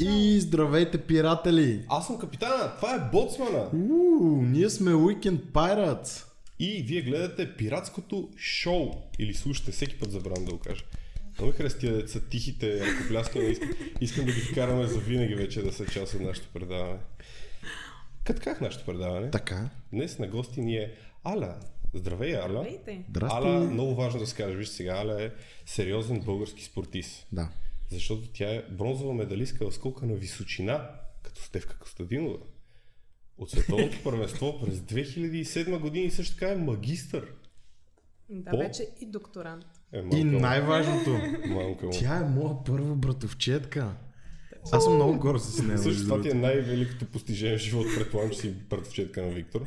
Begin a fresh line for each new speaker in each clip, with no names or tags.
И здравейте, пиратели!
Аз съм капитана, това е боцмана.
Уу, ние сме Weekend Pirates!
И вие гледате пиратското шоу. Или слушате, всеки път забравям да го кажа. Много ми харесва тия деца тихите ръкопляскания. Искам, искам да ги вкараме за винаги вече да са част от нашето предаване. Като как нашето предаване?
Така,
Днес на гости ни е Аля. Здравей, Аля.
Здравейте.
здрасти!
Аля, много важно да се каже. Виж сега, Аля е сериозен български спортист.
Да.
Защото тя е бронзова медалистка в скока на височина, като Стевка Костадинова. От световното първенство през 2007 година и също така е магистър.
Да,
По?
вече и докторант.
Е,
И
му.
най-важното,
Малко му.
тя е моя първа братовчетка. Аз съм много горд с нея.
Също
между
това ти е
другото.
най-великото постижение в живота, предполагам, че си братовчетка на Виктор.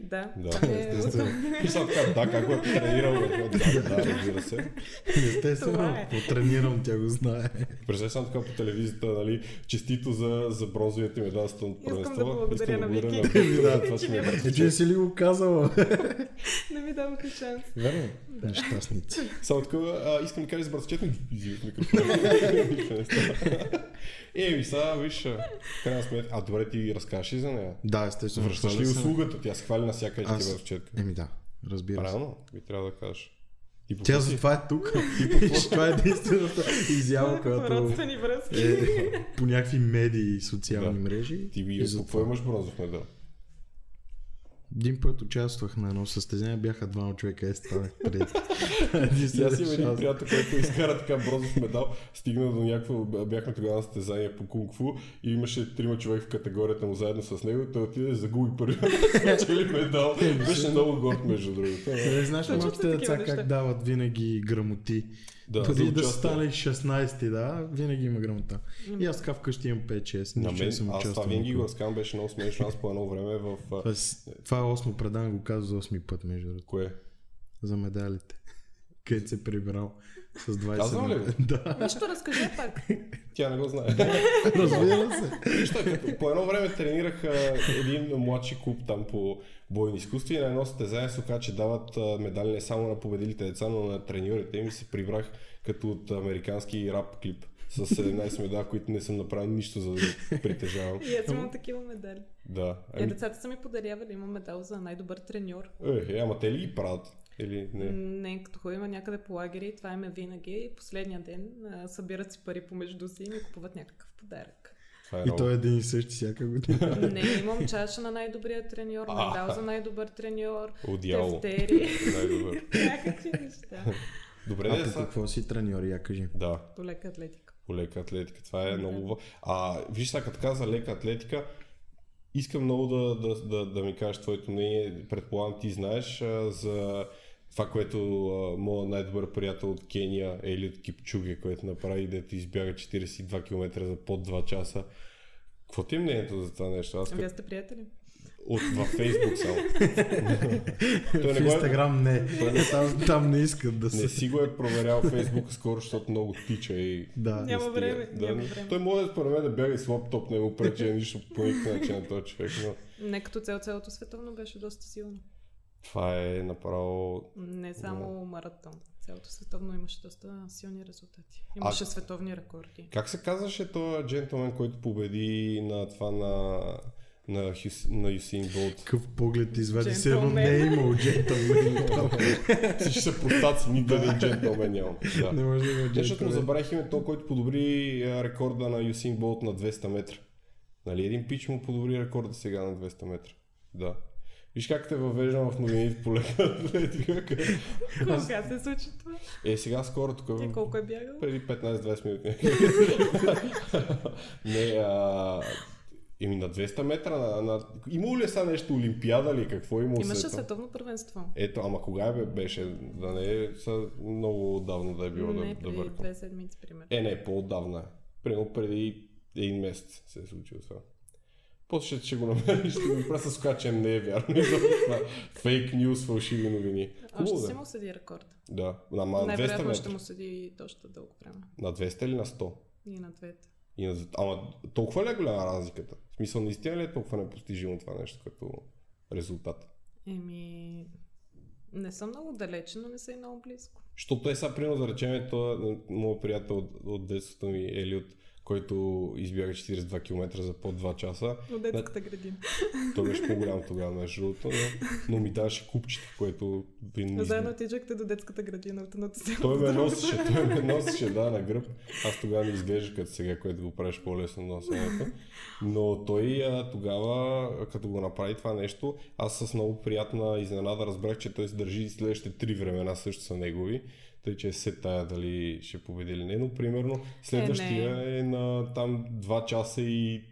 Да.
Да,
това е,
естествено. И сега така, да, как го е тренирал. Да, да, да, разбира се.
Естествено,
Това е.
потренирам, тя го знае.
Представя само така по телевизията, нали, честито за, за бронзовият им едва стън
да
първенство.
благодаря на Вики.
Виктор, за това,
Че
че
ме
ми
Е,
е
че не
братовчет.
си ли го казала?
не ми даваха шанс.
Верно.
Нещастници.
Само така, а, искам да кажа за братовчет ми. Изи от микрофона. Нищо не става. Еми, сега, виж, а, крайна сметка. А, добре, ти разкажеш ли за нея?
Да, естествено.
Връщаш
хвали
ли
се.
услугата? Тя се хвали навсякъде, че ти
Аз-
е братовчетка.
Еми да, разбира се.
Правилно, би трябва да кажеш. И по
Тя
пъти-
затова е тук. Това е единствената изява, която
Родствени връзки.
е по някакви медии и социални
Да.
мрежи.
Ти
и
ви е по какво
затова.
имаш бронзов медал?
Един път участвах на едно състезание, бяха двама човека и станах трети. Единствен
Сега си имам един
шанс.
приятел, който изкара така бронзов медал, стигна до някакво, бяхме тогава на състезание по кунг-фу и имаше трима човека в категорията му заедно с него, той отиде и загуби първи спечели медал. Беше много горд, между другото.
Е, знаеш ли
Случват
малките
се такива
деца
неща.
как дават винаги грамоти?
Да, за
Преди да
участие.
станеш 16, да, винаги има грамота. И аз така вкъщи имам 5-6,
На
нищо не
мен,
съм
аз това
участвал.
винаги го
никога.
разказвам, беше много смешно. Аз по едно време в... а,
Това е- Това е осмо предаване, го казва за осми път, между другото.
Кое?
За медалите. Където се е прибрал с 20
Казвам ли го?
медали. Да,
Е.
Нещо разкажи пак.
Тя не го знае.
разбира се.
Вижте, като по едно време тренирах а, един младши клуб там по бойни изкуства и на едно състезание се оказа, че дават а, медали не само на победилите деца, но на треньорите им и се прибрах като от американски рап клип с 17 медали, които не съм направил нищо за да ги притежавам.
И аз имам такива медали.
Да.
Е,
Е, Ами,
децата са ми подарявали. Имам медал за най-добър треньор.
е, е, ама те ли ги правят? Или не?
Не, като ходим някъде по лагери, това им е винаги. И последния ден а, събират си пари помежду си и ми купуват някакъв подарък.
Това е
И
много.
той е един и същи всяка година.
Не, имам чаша на най-добрия треньор, медал за най-добър треньор,
Одяло.
тефтери,
Най-добър.
някакви неща.
Добре,
А
да,
по
са.
какво си треньор, я кажи.
Да.
По лека атлетика.
по лека атлетика. Това е
Да.
много... ва- А, виж сега, като каза лека атлетика, искам много да, да, да, да ми кажеш твоето мнение. Предполагам, ти знаеш а, за това, което а, моят най-добър приятел от Кения, Елиот Кипчуге, което направи, дето избяга 42 км за под 2 часа. Какво ти е мнението за това нещо? Аз
Вие
като...
Ами, сте приятели?
От, във Фейсбук само. Той
В
не го е-
Инстаграм не. Там, там не искат да
Не
се...
си го е проверял Фейсбука скоро, защото много тича и
Да.
Няма
стига.
време,
Да,
няма
не-
време.
Той може според мен да бяга и с лаптоп, не му пречи нищо по никакъв начин на този човек, но
Не като цел, цялото световно беше доста силно.
това е направо...
Не само маратон. Цялото световно имаше доста силни резултати. Имаше световни рекорди.
Как се казваше този джентлмен, който победи на това на, на, Хюс, на Юсин Болт?
Какъв поглед извади се, но не е
Джентълмен.
имал джентълмен. там.
Всички са простаци, нито един джентлмен нямам. Да.
Не
Не,
може да има
Защото му
джентълмен.
забравих името, който подобри а, рекорда на Юсин Болт на 200 метра. Нали, един пич му подобри рекорда сега на 200 метра. Да. Виж как те въвеждам в новините по лека атлетика.
Кога се случи това?
Е, сега скоро тук
И колко е бягал?
преди 15-20 минути. не, а... Еми на 200 метра, на, на... имало ли е сега нещо олимпиада ли, какво е имало
Имаше
след това?
световно първенство.
Ето, ама кога е бе- беше? Да не е са много отдавна да е било
Не,
да, да
преди
бъркам.
две седмици, примерно.
Е, не, по-отдавна е. Примерно преди един месец се е случило това. После ще, ще го намериш, ще го просто с че не е вярно. Това Фейк нюз, фалшиви новини.
Още
Хубаво
си
да.
му седи рекорд.
Да, ама на 200
Най-вероятно ще
метра.
му седи и доста дълго време.
На 200 или на 100?
И на двете.
И на... Ама толкова ли е голяма разликата? В смисъл, наистина ли е толкова непостижимо това нещо като резултат?
Еми, не съм много далече, но не са и много близко.
Защото е сега, примерно, да речем, той е моят приятел от, от детството ми, Елиот, който избяга 42 км за под 2 часа.
От детската градина.
Той беше по-голям тогава, между другото, но, но ми даваше купчета, което
А
винаги...
заедно отиджахте до детската градина от едното село.
Той
до
ме
другото.
носеше, той ме носеше, да, на гръб. Аз тогава не изглеждах като сега, което го правиш по-лесно на носенето. Но той а, тогава, а, като го направи това нещо, аз с много приятна изненада разбрах, че той се държи и следващите три времена също са негови. Тъй, че се тая дали ще победи или не, но примерно следващия е на там 2 часа и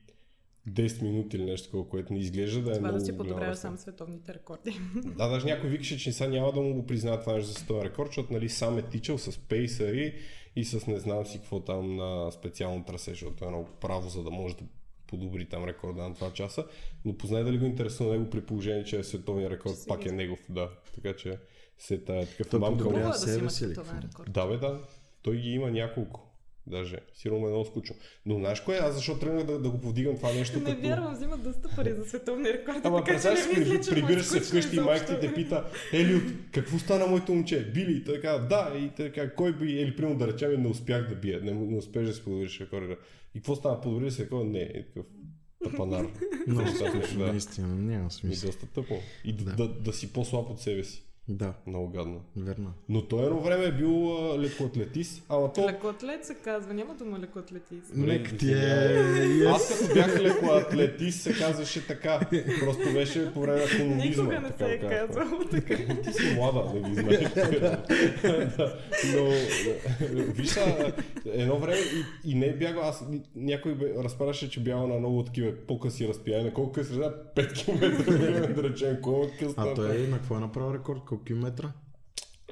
10 минути или нещо такова, което не изглежда да е
Това
много
да си
голяма
подобряваш
разлика.
сам световните рекорди.
Да, даже някой викаше, че сега няма да му го признае това нещо за световен рекорд, защото нали, сам е тичал с пейсъри и с не знам си какво там на специално трасе, защото е едно право, за да може да подобри там рекорда на 2 часа. Но познай дали го интересува него при положение, че е световен рекорд,
Че си
пак е
вижда.
негов, да. Така че се е тая такъв
Той
мамка.
подобрява
му-
Хубаво е да си
себе
имаш
си ли
световен
какво?
рекорд.
Да, бе, да. Той ги има няколко. Даже. Сигурно му е много скучно. Но знаеш кое? Аз защо тръгнах да, да го повдигам това нещо?
Не
като...
вярвам, взимат доста пари за световни рекорди.
е Ама
така че
представяш
не
си,
мисля, че му е
прибираш се
скучно
вкъщи и
изобщо.
майка ти те пита, Елиот, какво стана моето момче? Били? И той казва, да. И той казва, кой би, или примерно да речем, не успях да бия, не, не успеш да си подобриш рекорда. И какво стана, подобри ли се рекорда? Не, е такъв тапанар.
Много
Защо
скучно,
да.
наистина, няма
Ми
смисъл.
доста тъпо. И да,
Да.
да, да си по-слаб от себе си.
Да,
Много гадно.
верно.
Но той едно време е бил а, лекоатлетист, ама то...
Лекоатлет се казва, няма дума лекоатлетист.
Добре,
Лек ти е...
Yes. Аз като бях лекоатлетист се казваше така. Просто беше по време на комунизма.
Никога не
така
се е
го казвахме.
казвало така.
Ти си млада, не ги знаеш. Да. Но, да. виж, а, едно време и, и не е бягал, аз някой бе- разправяше, че бягал на много такива по-къси разпияния. На колко къси? Да, 5 км, примерно, да речем, колко къс.
А той на какво е направил рекорд? Колко километра?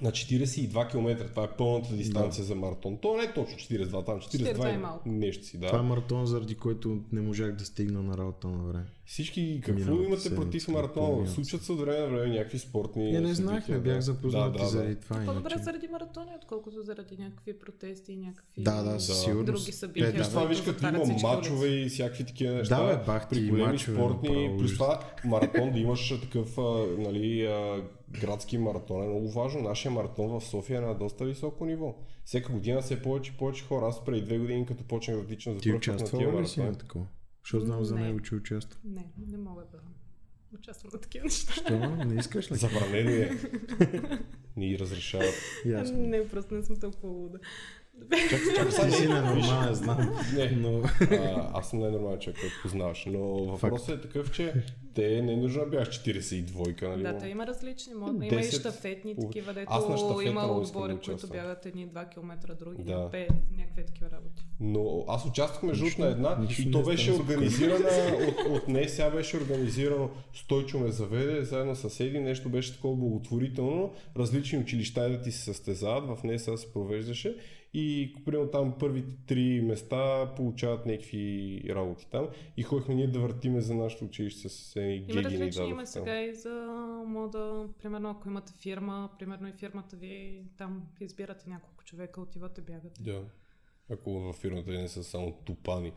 На 42 км, това е пълната дистанция за маратон. То не е точно 42, там 42,
42 е
и
малко.
нещо си, да.
Това е маратон, заради който не можах да стигна на работа на време.
Всички какво
Миналата
имате
седмица,
против маратона?
миналата
Случват се от време на време някакви спортни
Е, не
събития,
знаех, не
да.
бях запознат
да, да,
и
да.
заради това.
Е, По-добре
иначе.
заради маратони, отколкото заради някакви протести и някакви
Да, да, със сигурност.
други събития.
Е,
Плюс
да,
това
които
виж като
затварят
има
всички
мачове
улици.
и всякакви такива неща.
Да, бе, бах ти
Е, при
и
големи
мачове
спортни.
направо,
Плюс
ужас.
това маратон да имаш такъв а, нали, а, градски маратон е много важно. Нашия маратон в София е на доста високо ниво. Всяка година все повече и повече хора. Аз преди две години, като почнах да тичам за
Ти
пръв път на тия
участвал ли си
маратон.
на такова? Защото знам за
Не.
него, че участва.
Не, не мога да участвам на такива неща.
Що? Не искаш ли?
Забранено е. Ни разрешават.
Ясно.
Не, просто не съм толкова луда.
Чакай, чакай,
Ти
сега,
си
не,
ненормален, знам.
Не,
Но...
А, аз съм най-нормален човек, който познаваш. Но въпросът е такъв, че те не е нужно да бях 42-ка, нали?
Да,
но-
той има различни. Мога... Има и
10
штафетни
по-
такива, дето
Аз на щафета
има
много искам да
отбори, които
участвам.
бягат едни 2 км, други
Да.
5, някакви такива работи.
Но аз участвах между другото
Нищо-
на една
нищо
и то
не
беше
стана.
организирана от, от нея, сега беше организирано Стойчо ме заведе, заедно с съседи, нещо беше такова благотворително, различни училища да ти се състезават, в нея сега се провеждаше и примерно там първите три места получават някакви работи там и ходихме ние да въртиме за нашето училище с едни
Има
гиги ни
различни,
дадоха.
има
там.
сега и за мода, примерно ако имате фирма, примерно и фирмата ви, там избирате няколко човека, отивате, бягате.
Да. Ако във фирмата не са само тупани.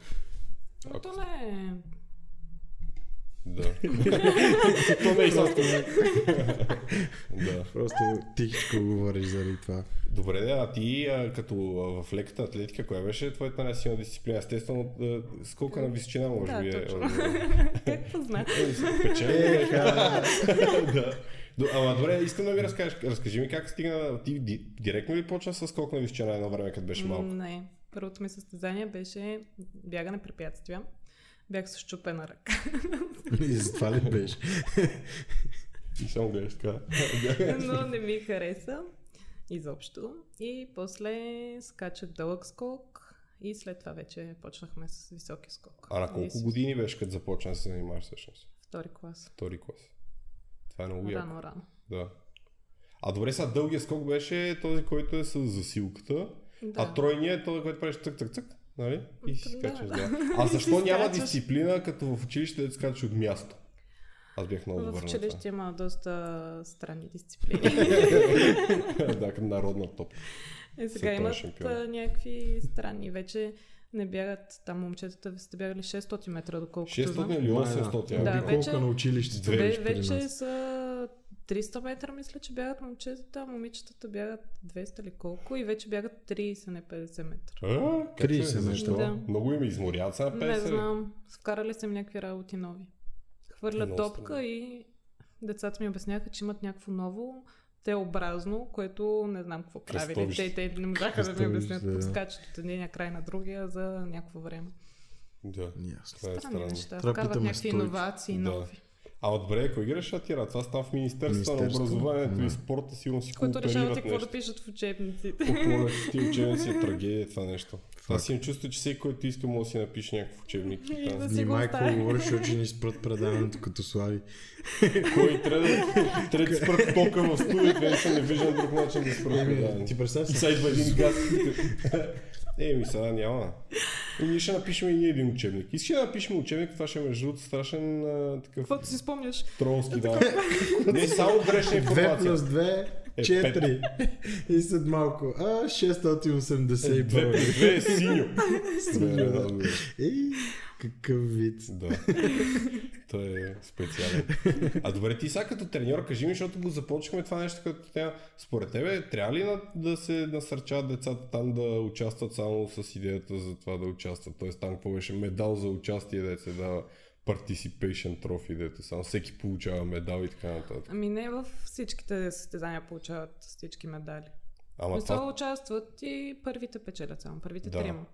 Но то не е...
Да. То не е истинско. Да.
Просто тихичко говориш заради това.
Добре, да, а ти а, като а, в леката атлетика, коя беше твоята най-силна дисциплина? Естествено, а, с колко на височина може
Да,
би е.
точно. Как позна?
Печели.
Еха!
да. До- Ама добре, искам да ми разкажеш. Разкажи ми как стигна. Ти ди- директно ли почна с скок на височина едно време, като беше малко?
Не. Първото ми състезание беше бягане при препятствия. Бях с щупена ръка.
И за това ли беше?
И само гледаш така.
но не ми хареса изобщо. И после скачах дълъг скок и след това вече почнахме с високи скок.
А на
И
колко
с
години беше, като започна да се занимаваш всъщност?
Втори клас.
Втори клас. Това е много яко.
Рано, рано.
Да. А добре, сега дългия скок беше този, който е с засилката.
Да.
А тройният е този, който правиш цък, цък, цък. Нали? И си
Да.
скачаш, да. А
И си
защо няма
скачаш.
дисциплина, като в училище да скачаш от място? Аз бях много добър
В
на това.
училище има доста странни дисциплини.
да, като народна топ.
Е, сега
Световен
имат
шампион.
а, някакви странни. Вече не бягат, там момчетата сте бягали 600 метра, доколкото знам.
600 или Ами, 800?
Да,
Да,
бях.
Обиколка
вече-
на е училище.
Две
Бе,
беше при
вече
нас.
са 300 метра мисля, че бягат момчетата, а момичетата бягат 200 или колко и вече бягат 30, не 50 метра.
А, как
30
се, защо?
Да.
Много им изморят сега
Не
песен.
знам, вкарали са им някакви работи нови. Хвърлят
Много
топка
странно.
и децата ми обясняха, че имат някакво ново теобразно, което не знам какво правили.
Кръстовище.
Те, те не можаха да ми обяснят.
Кръстовище, да.
Подскачат от единия край на другия за някакво време.
Да.
Ясно.
Това е
Странни
странно.
неща.
Трябва да
Вкарват
питаме
някакви
стойки.
иновации
Да.
нови.
А от добре, ако играш шатира, това става в Министерството на
Министерство,
образованието
да.
и спорта, сигурно си
Което решават и
кооперират
какво
нещо.
да пишат в учебниците.
Около ти учебници е трагедия това нещо.
Факт.
Аз им чувство, че всеки, който иска, може да си напише някакъв учебник.
И да си го
Внимай Ами какво
оставя.
говориш, че ни спрат предаването като слави.
Кой трябва да трябва да спра тока в студиото, вече не виждам друг начин да спра.
Еми, ти
Да.
представяш
И
си,
сега идва един газ. Еми, сега няма. И ние ще напишем и ние един учебник. И ще напишем учебник, това ще е между другото страшен а, такъв
Каквото си спомняш.
тролски, да. Не само грешна
2
информация.
плюс 2,
Е,
4. И след малко, а,
2
681.
плюс 2 е синьо.
Синьо, да.
Да, да.
Ей, какъв вид.
Да. Той е специален. А добре, ти сега като треньор, кажи ми, защото го започнахме това нещо, като тя, според тебе, трябва ли на, да се насърчават децата там да участват само с идеята за това да участват? Тоест там какво беше медал за участие, да се дава participation trophy, дето само всеки получава медал и така нататък.
Ами не във всичките състезания получават всички медали.
Ама
Но това
това,
участват и първите печелят само, първите
Да.
трима.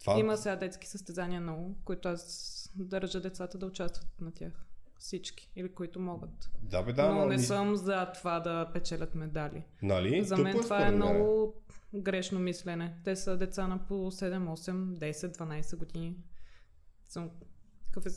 това,
Има сега детски състезания много, които аз държа децата да участват на тях. Всички. Или които могат.
да бе, да,
Да, но
ама
не
ми-
съм за това да печелят медали.
Нали?
за
Тъпо
мен това е
според мен.
много грешно мислене. Те са деца на по 7, 8, 10, 12 години. Съм... Какъв е...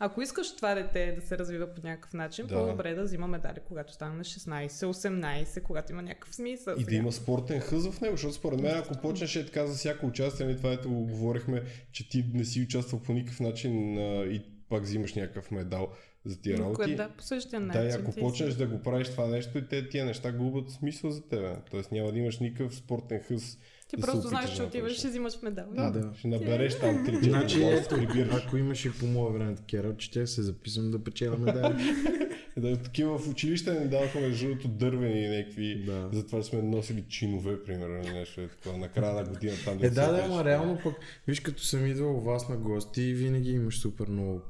Ако искаш това дете да се развива по някакъв начин,
Да.
да. по-добре е да взима медали, когато стане на 16, 18, когато има някакъв смисъл.
И да
сега.
има спортен хъз в него, защото според мен, ако почнеш е така за всяко участие, нали, това ето го говорихме, че ти не си участвал по никакъв начин а, и пак взимаш някакъв медал за тия
Но кое-
работи.
Да, е по същия
Да,
начин.
и ако
ти
почнеш да го правиш това нещо, и те тия неща губят смисъл за тебе. Тоест няма да имаш никакъв спортен хъз.
Ти
да се
просто
опиташ
знаеш,
да
че отиваш
направиш.
и взимаш медал.
Да, да.
Ще набереш там 3-4
Значи,
значи,
ето, ако имаше по мое време такива че ще се записвам да печеля медали.
Е, Да, такива в училище ни даваха между другото дървени някакви.
Да.
Затова сме носили чинове, примерно, или нещо е такова. На края на година там.
Е,
се
да, да,
беше.
ама реално пък, виж, като съм идвал у вас на гости, винаги имаш супер много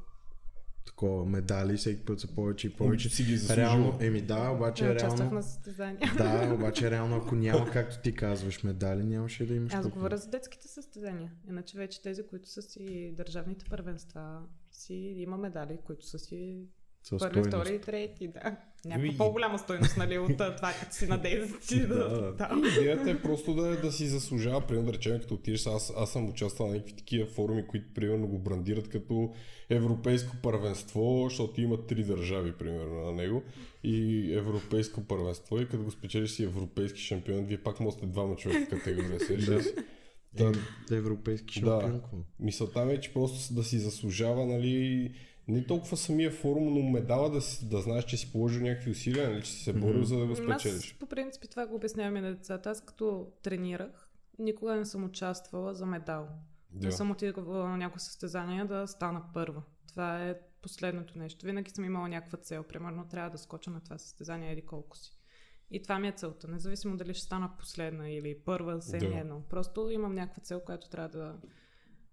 такова медали, всеки път са повече и повече.
Повече си ги заслужил.
Реално, еми да,
Не
е
обаче
участвах
реално...
на състезания.
Да, обаче реално, ако няма, както ти казваш, медали, нямаше да имаш
Аз
толкова.
говоря за детските състезания. Иначе вече тези, които са си държавните първенства, си има медали, които са си
С
първи,
стойност.
втори и трети, да. Някаква
Ами-
по-голяма стойност, нали, от а, това, като си на 10 ти
Да,
да. да.
Идеята е просто да, да си заслужава, примерно да речем, като отидеш, аз, аз съм участвал на някакви такива форуми, които примерно го брандират като европейско първенство, защото има три държави, примерно, на него. И европейско първенство, и като го спечелиш си европейски шампион, вие пак можете двама човека в категория, сеш ли си? Да.
Е, Европейски
Да.
шампион. какво?
Мисълта ми е, че просто да си заслужава, нали, не толкова самия форум, но медала да, си- да знаеш, че си положил някакви усилия, нали, че си се борил, за да го
Ами, Аз
спечелиш.
по принцип това го обяснявам и на децата. Аз като тренирах, никога не съм участвала за медал. Не
Да.
съм отидла на някои състезания да стана първа. Това е последното нещо. Винаги съм имала някаква цел. Примерно трябва да скоча на това състезание или колко си. И това ми е целта. Независимо дали ще стана последна или първа, все
Да.
ми е едно. Просто имам някаква цел, която трябва да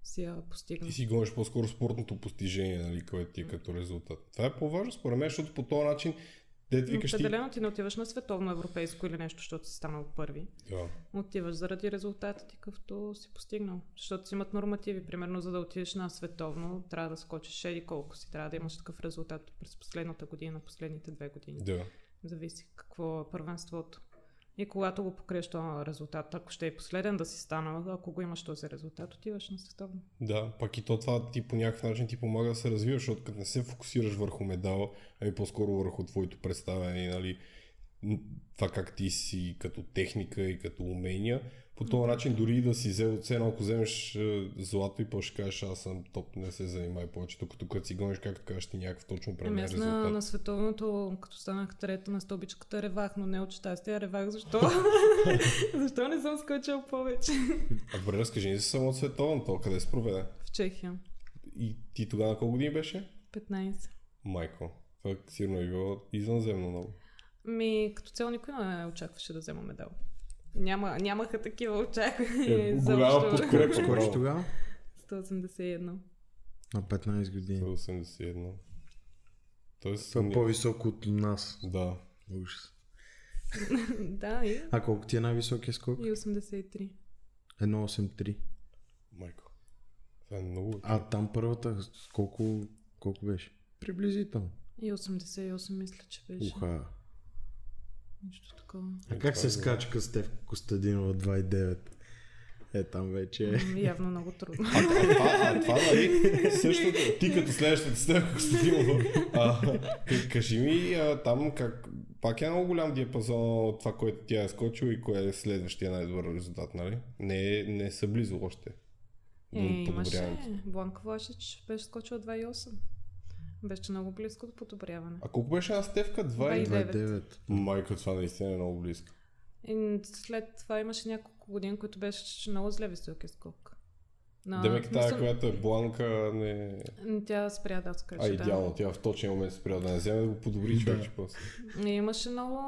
си я постигна.
Ти си гониш по-скоро спортното постижение, нали, което ти е като резултат. Това е по-важно според мен, защото по този начин те ти
Но
викаш ти... Да.
Определено ти не отиваш на световно, европейско или нещо, защото си станал първи. Отиваш заради резултата ти, какъвто си постигнал. Защото си имат нормативи. Примерно, за да отидеш на световно, трябва да скочиш еди колко си. Трябва да имаш такъв резултат през последната година, последните две години.
Да.
Зависи какво е първенството. И когато го покриеш този резултат, ако ще е последен да си станал, ако го имаш този резултат, отиваш на световно.
Да, пак и то това ти по някакъв начин ти помага да се развиваш, защото като не се фокусираш върху медала, ами по-скоро върху твоето представяне, и, нали, м, това как ти си като техника и като умения, по този начин дори и да си взел цена, ако вземеш е, злато и после ще кажеш, аз съм топ, не се занимай повече, докато като си гониш, както кажеш ти някакъв точно
Ами
премен
аз на,
резултат.
на световното, като станах трета на стълбичката, ревах, но не от щастие, а ревах защо? защо не съм скочил повече?
А добре, разкажи ни за само от световното, къде се проведе?
В Чехия.
И ти тогава на колко години беше?
15.
Майко. Пък сигурно е било извънземно много.
Ми, като цяло никой не очакваше да взема медал. Няма, нямаха такива
Е,
очаквания.
голяма
изобщо.
подкрепа.
Скоро
браво.
ще тогава?
181.
На 15 години.
81. Тоест,
Това е
ние-
по-високо от нас.
Да.
Ужас.
да, и,
А колко ти е най-високия скок?
и 83.
1,83.
Майко. Това е много.
А там първата, с колко, колко беше? Приблизително.
И 88 мисля, че беше.
Уха.
Нещо такова.
А как се скача като Стевка Костадинова 2,9? Е, там вече е.
М, Явно много трудно.
А, а, това, а, това, нали, също, ти като следващата стъпка, Костадинов, а, к- кажи ми а, там как, пак е много голям диапазон от това, което тя е скочила и кое е следващия най-добър резултат, нали? Не, е- не са близо още.
Е,
до
имаше.
подобряването.
Бланка Влашич беше скочила 2,8. Беше много близко до подобряване.
А колко беше една стевка? Два и...
Две и-
2,9.
Майко, това наистина е много близко.
И след това имаше няколко години, които беше много зле високия скок. На,
Демек тая,
мисля,
която е бланка, не...
м, Тя спря да скача.
А,
да.
идеално, тя в точния момент спря да не вземе, да го подобри
Да.
човече после.
И имаше много,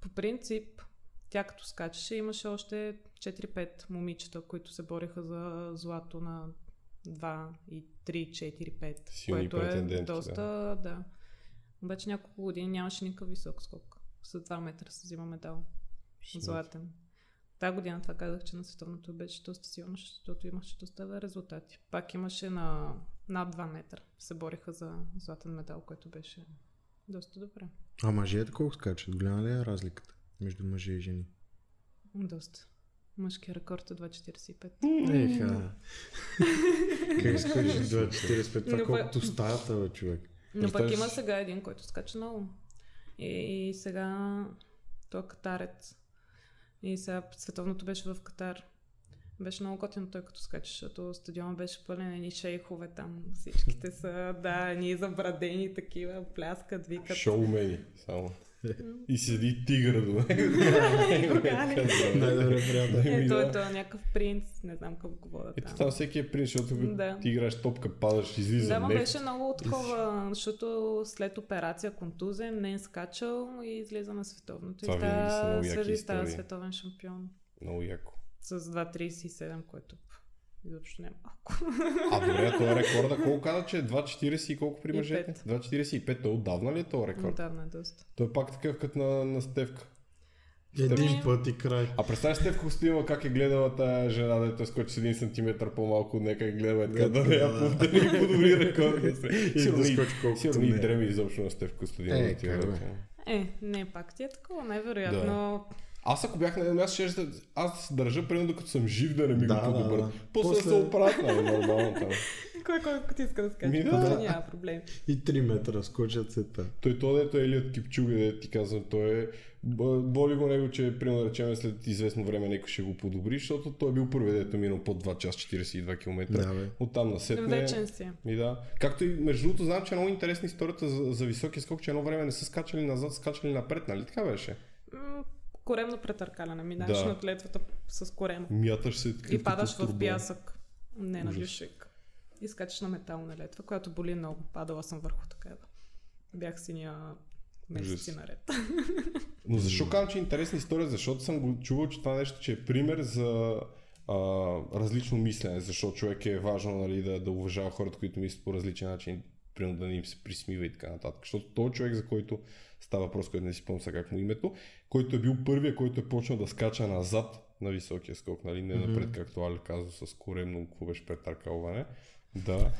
по принцип, тя като скачаше, имаше още 4-5 момичета, които се бориха за злато на 2 и 3, 4, 5.
Силни
което е
претенденти,
доста, да. Обаче няколко години нямаше никакъв висок скок. С 2 метра се взима медал. Златен. Та година това казах, че на световното беше доста силно, защото имаше доста резултати. Пак имаше на над 2 метра. Се бориха за златен медал, което беше доста добре.
А мъжете колко скачат? Голяма ли е разликата между мъже и жени?
Доста. Мъжкият рекорд е 2,45.
Е,
Еха. Как скачаш 2,45? Това
Но пък-
колкото стаята, бе, човек.
Но пък
Представяш-
има сега един, който скача много. И, и сега той е катарец. И сега световното беше в Катар. Беше много готино той като скача, защото стадиона беше пълен едни шейхове там. Всичките са, да, ние забрадени такива, пляскат, викат. Е,
Шоумени, само. И седи тигър до него.
И рогали.
Най-добре приятел.
Е,
Еми,
той,
да.
той е някакъв принц, не знам как го водят
Ето там всеки е принц, защото
Да.
ти играеш топка, падаш, излиза
Да, ма
нефт.
беше много такова, защото след операция контузен, не е скачал и излиза на световното.
Това
и
винаги са
става,
много яки
свежи става
истории.
световен шампион
Много яко.
с 2.37, което пф, изобщо не е малко.
А добре, а това рекорда колко каза, че е 2,40 и колко при
И
мъжете?
пет.
2,45, той отдавна ли е този рекорд?
Отдавна е доста.
Той е пак такъв като на, на Стевка.
Един път и край.
А представяш Стевка Костима как е гледала тая жена, дето е скочи с 1 см по-малко, нека е гледа е така
Да,
да
да,
не я
да.
подобри, подобри рекорда.
да
Сигурно и-
скочи колкото
Сигурно и
не е.
дреми изобщо на Стевка Костима.
Е, как бе.
Е, не, пак ти е такова, най-вероятно.
Аз ако бях на едно място, ще да... Аз държа, примерно, докато съм жив, да не ми
Да,
го подобър.
да, да.
После,
После-
се оправят, нали, нормално там.
Кой колкото ти иска да скача,
Ми да.
просто няма проблем.
И 3 метра скочат се та.
Той то, дето е Елият Кипчуга, де ти казвам, той е... б- Боли го него, че, примерно, да речем, след известно време някой ще го подобри, защото той е бил първи, дето е минал под 2 час 42 км.
Да, бе.
Оттам на сетне.
Вечен си. е.
И да. Както и между другото, знам, че е много интересна историята за, за високия скок, че едно време не са скачали назад, скачали напред, нали? Така беше.
М, Коремно претъркаляне. Минаваш
Да.
над летвата с корема.
Мяташ се такъв
И падаш
като
в
турбо.
пясък. Не на
Ужас.
дюшек. И скачаш на метална летва, която боли много. Падала съм върху такава. Бях синя месеци
Ужас.
наред.
Но защо казвам, че е интересна история? Защото съм го чувал, че това нещо, че е пример за а, различно мислене, защото човек е важно нали, да, да уважава хората, които мислят по различен начин, примерно да не им се присмива и така нататък. Защото той е човек, за който става въпрос, който не си спомням сега как му е името, който е бил първия, който е почнал да скача назад на високия скок, нали, не напред, както Али казва, с коремно, какво беше претъркалване. Да.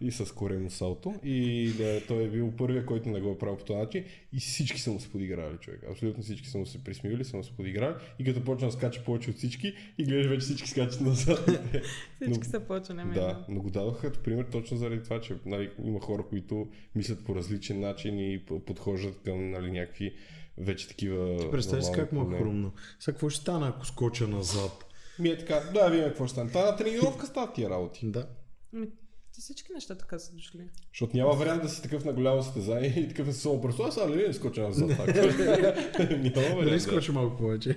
и с корено салто. И да, той е бил първия, който не го е правил по този начин. И всички са му се подиграли, човек. Абсолютно всички са му се присмивали, са му се подиграли. И като почна да скача повече от всички, и гледаш вече всички скачат назад.
Всички са почнали. ами
да, но го дадоха като пример точно заради това, че нали, има хора, които мислят по различен начин и п- подхождат към нали, някакви вече такива.
Представи си
нормални
как му е
проблеми.
хрумно. Сега какво ще стане, ако скоча назад?
Ми е така, да, видим какво ще стане. Та на тренировка стават тия работи.
Да.
Ми, Ами, ти всички неща така са дошли.
Защото няма вариант да си такъв на голямо състезание и такъв не се обръсува, аз сега ли не скоча назад? така? няма
Дали
вариант. да.
скоча малко повече?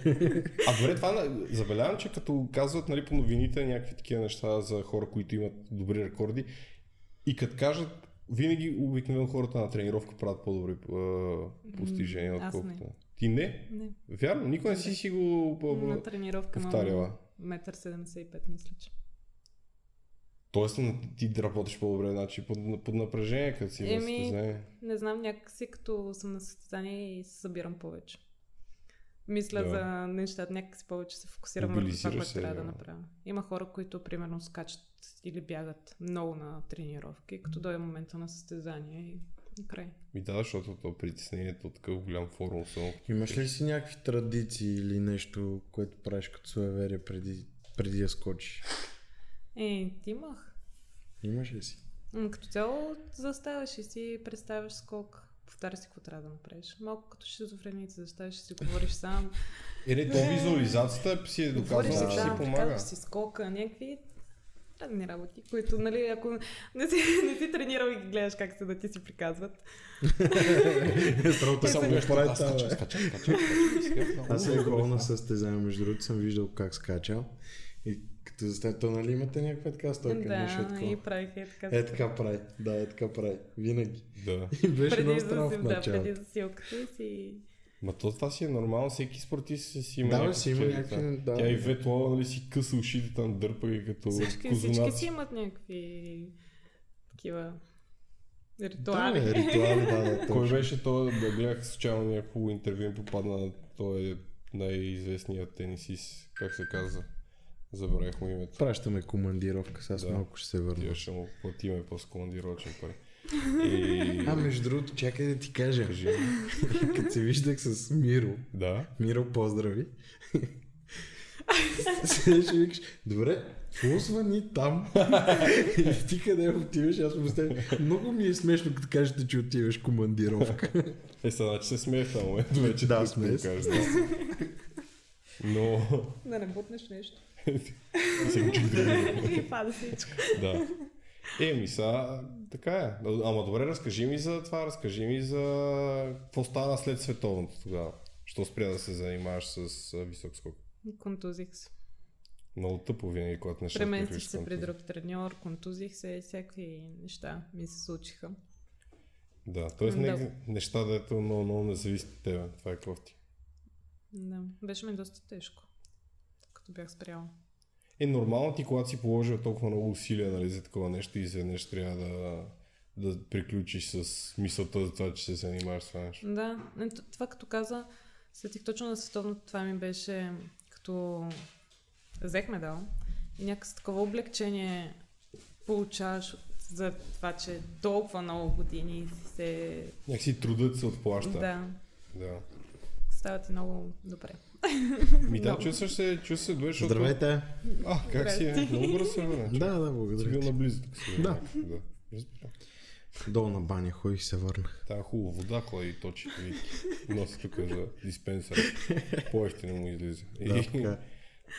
А добре, това на- забелявам, че като казват нали, по новините някакви такива неща за хора, които имат добри рекорди и като кажат винаги обикновено хората на тренировка правят по-добри а, постижения,
М, аз
отколкото. Ти не?
Не.
Вярно, никога не си си го б- б-
На тренировка на
повтаряла.
1,75 м, мисля, че.
Тоест на- ти да работиш по-добре, значи под, под напрежение, като си на
Еми,
състезание.
Не знам, някакси като съм на състезание и се събирам повече. Мисля
Да.
да. за нещата, някакси повече се фокусирам върху това,
Мобилизираш
което
се,
трябва да
да.
направя. Има хора, които примерно скачат или бягат много на тренировки, като дойде момента на състезание и, и край.
Ми да, защото то притеснението е такъв голям форум само.
Имаш ли си някакви традиции или нещо, което правиш като суеверие преди, преди да скочиш?
Е, ти имах.
Имаш ли си?
М, Като цяло заставаш и си представяш скок. Повтаря си какво трябва да направиш. Малко като шизофреница, заставаш и си говориш сам.
Е, не, то визуализацията си е
Говориш
доказано,
си
че си
сам,
помага.
приказваш си скока, някакви разни работи, които, нали, ако не си, не си тренирал и ги гледаш как се да ти си приказват.
Страната
само
го прави това, бе.
скача, скача, скача.
Аз съм ходил на състезание, между другото съм виждал как скачал. И като застане, то нали имате някаква така стойка? нещо
да,
такова?
и правих е така.
Е така прави, да, е така прави, винаги.
Да.
И беше
преди
много странно в
засил, да, преди
началото.
засилката и си...
Ма то това си е нормално, всеки спортист си, си има
Да, бе,
някакви
си има
черти,
някакви...
да. Тя и
Да.
Ветлова, нали си къса ушите там дърпа и като
Всички, всички
козунаци.
си имат някакви такива
Да,
ритуали.
бе, ритуали, да, да,
Кой
точно.
беше той, да гледах случайно някакво интервю и попадна на той е най-известният тенисист, как се казва. Забравих му името.
Пращаме командировка, сега с
Да.
малко ще се
Тия
върна.
ще му платиме по скомандировачен пари. И...
А, между другото, чакай да ти кажа.
Кажи.
Като се виждах с Миро,
Да.
Миро, поздрави. Сега ще викаш, добре, лусва ни там. И ти къде отиваш? Аз му стея. Много ми е смешно, като кажете, че отиваш командировка.
Е, сега значи се смея в този момент вече.
Да,
тук ще
смея
го
се.
кажа, да. Но...
Да не бутнеш нещо.
се учи
и пада всичко.
Да. Еми, са, така е. Ама добре, разкажи ми за това, разкажи ми за какво стана след световното тогава. Що спря да се занимаваш с а, висок скок?
Контузих се.
Много тъпо винаги, когато нещата
Преместих
приключват
се при
контузия.
друг треньор, контузих се, всякакви неща ми се случиха.
Да, т.е.
Да.
Не, неща, дето много, много не зависят от тебе. Това е кофти.
Да, беше ми доста тежко, като бях спряла.
Е, нормално ти, когато си положил толкова много усилия нали, за такова нещо, изведнъж трябва да, да приключиш с мисълта за това, че се занимаваш с това нещо.
Да, не, т- това като каза, сетих точно на световното, това ми беше като взех медал и някакси такова облегчение получаваш от- за това, че толкова много години си се...
Някакси трудът се отплаща.
Да,
да.
става ти много добре.
Ми да,
Много.
чувстваш се, чувстваш се добре, защото...
Здравейте.
А, как си е?
Здрасти.
Много добре се върна.
Да, да,
Си бил
благодаря. ти.
наблизо. тук си бил.
Да.
да. Разбирам.
Долу на баня ходих и се върнах.
Та е хубава вода, ходи и точи. вики. Носи тук за диспенсър. По-ефтино му излиза.
Да,
И-
така. е.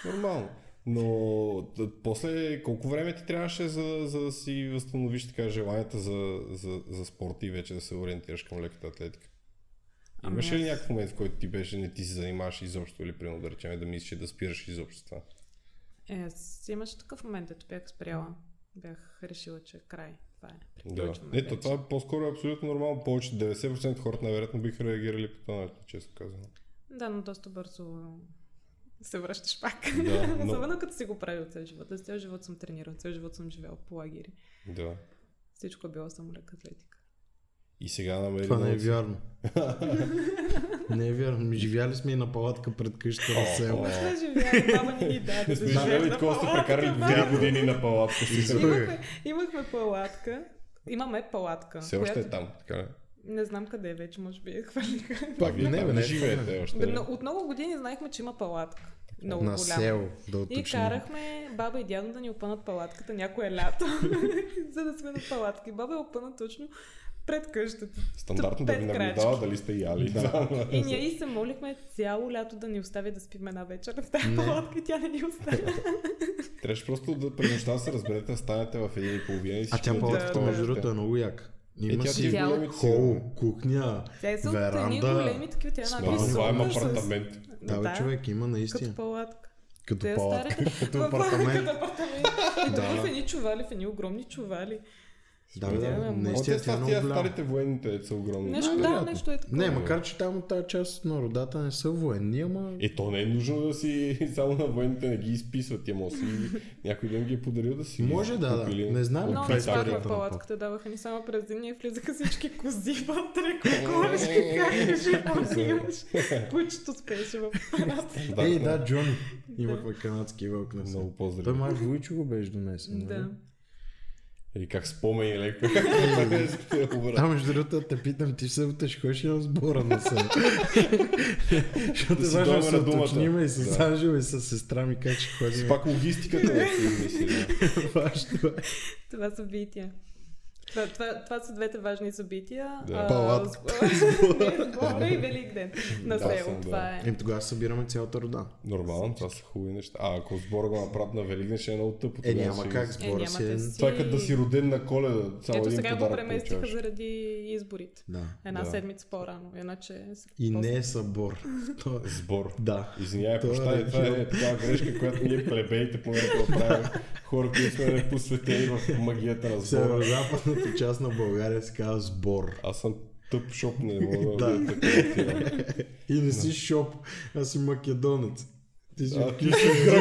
Нормално. Но т- после колко време ти трябваше за, за да си възстановиш така желанията за, за, за спорта и вече да се ориентираш към леката атлетика?
Ами
Имаше ли
аз-
някакъв момент, в който ти беше не ти се занимаваш изобщо или примерно да речем да мислиш да спираш изобщо с това?
Е, аз имаше такъв момент, ето бях спряла. Бях решила, че е край. Това е.
Да.
Приключваме
Не, то
вече.
това е по-скоро абсолютно нормално. Повече 90% от хората най-вероятно биха реагирали по този начин, честно казано.
Да, но доста бързо се връщаш пак.
Да, но-
Особено като си го правил цял живот. Аз цял живот съм тренирал, цял живот съм живял по лагери.
Да.
Всичко е било само лека атлетика.
И сега намери
Това не е
да си-
вярно. Не е вярно. Живяли сме и на палатка пред къщата на
О,
село.
о.
Не сме живяли, баба ни ни даде.
Не
да
сме
живеем
живели
на
такова, сте
палатка,
прекарали
да.
2 години на палатка.
Изобщо.
Имахме, имахме палатка. Имаме палатка.
Все още е там, така ли?
Не знам къде е вече, може би я хвърлиха.
Пак
Вие
не,
там
бе, не е
живеете
проблем.
още.
Да,
ли?
но От много години знаехме, че има палатка. Много
На
голяма.
село, да
И
уточним.
карахме баба и дядо да ни опънат палатката някое лято, за да сме на палатки. Баба я опъна точно пред къщата.
Стандартно да ви
пет
наблюдава дали сте яли. Да.
И ние и се молихме цяло лято да ни остави да спим една вечер в тази
Не.
палатка и тя не ни остави.
Трябваше просто да през нощта да се разберете, да станете в един и половина и
А
всички
тя
да
палатката,
отидете.
между другото, е много яка.
Е,
Има
тя ти
си
е
Тяло.
големите си. да.
хол, кухня,
Тя е с едни
веранда.
големи такива, тя е една
Да, Това е
висока с-
апартамент.
Да, бе, човек, има
като
наистина.
палатка.
Като
Те
палатка,
старите-
като
е Във-
апартамент.
Като апартамент. И
Да.
да. в едни чували, в едни огромни чували.
Да, бе, да,
Ама
Ама
наистина
те
тя е
са
много
тия
голяма.
старите военните деца огромни.
Нещо, да,
вероятно.
нещо е такова.
Не, макар че там тази част на родата не са военни, ама...
Е, то не е нужно да си само на военните не ги изписват, я може си някой ден ги е подарил да си. ги
Може да, да.
купили.
Не знам
Много
каква е
ни
Опитаха.
историята
спахме
на
в
палатка.
палатката, даваха ни само през деня и влизаха всички кози вътре, кокошки, какви ама имаш. Кучето спеше в палатката.
Е, Да,
Ей,
да.
да, Джони. Имахме канадски вълк на
Много поздрави.
Той май Вуйчо го беше донесен. нали?
Да.
Или как спомени леко. Как
А между другото, те питам, ти в събота ще ходиш ли на сбора на сън? Защото
Да
е
си
важно да
дойме
се
на думата.
уточним и с
Да.
Анжела и с сестра ми как ще ходим.
Пак логистиката да се измисли. да.
Важно е.
Това събития. Това, това, това са двете важни събития.
Да.
А,
Палатката.
с- Сбора и Велик ден на
Да,
село.
съм,
Това
да.
е.
Ем тогава събираме цялата рода.
Нормално, това са хубави неща. А ако сбора го направят на Великден, ще е много тъпо.
Е,
тогава
няма
ще
как
ги-
Е,
сбора
няма
си е...
те си.
Това е като да си роден на коледа. Цял
Ето
един
сега го
подарък
преместиха
получаваш.
заради изборите.
Да.
Една
Да.
седмица по-рано, иначе... са
И
после.
не е събор. То- е-
Сбор.
Да.
Извинявай,
Това е
прощай, това е
регион.
такава грешка, която ние плебеите понякога правим. Хора, които сме посветени в магията на сбора.
Северо-западната част на България се казва сбор.
Аз съм тъп шоп, не мога да
Да.
такова тия.
И не си шоп, а си македонец. Ти си
А
от
ти си жив.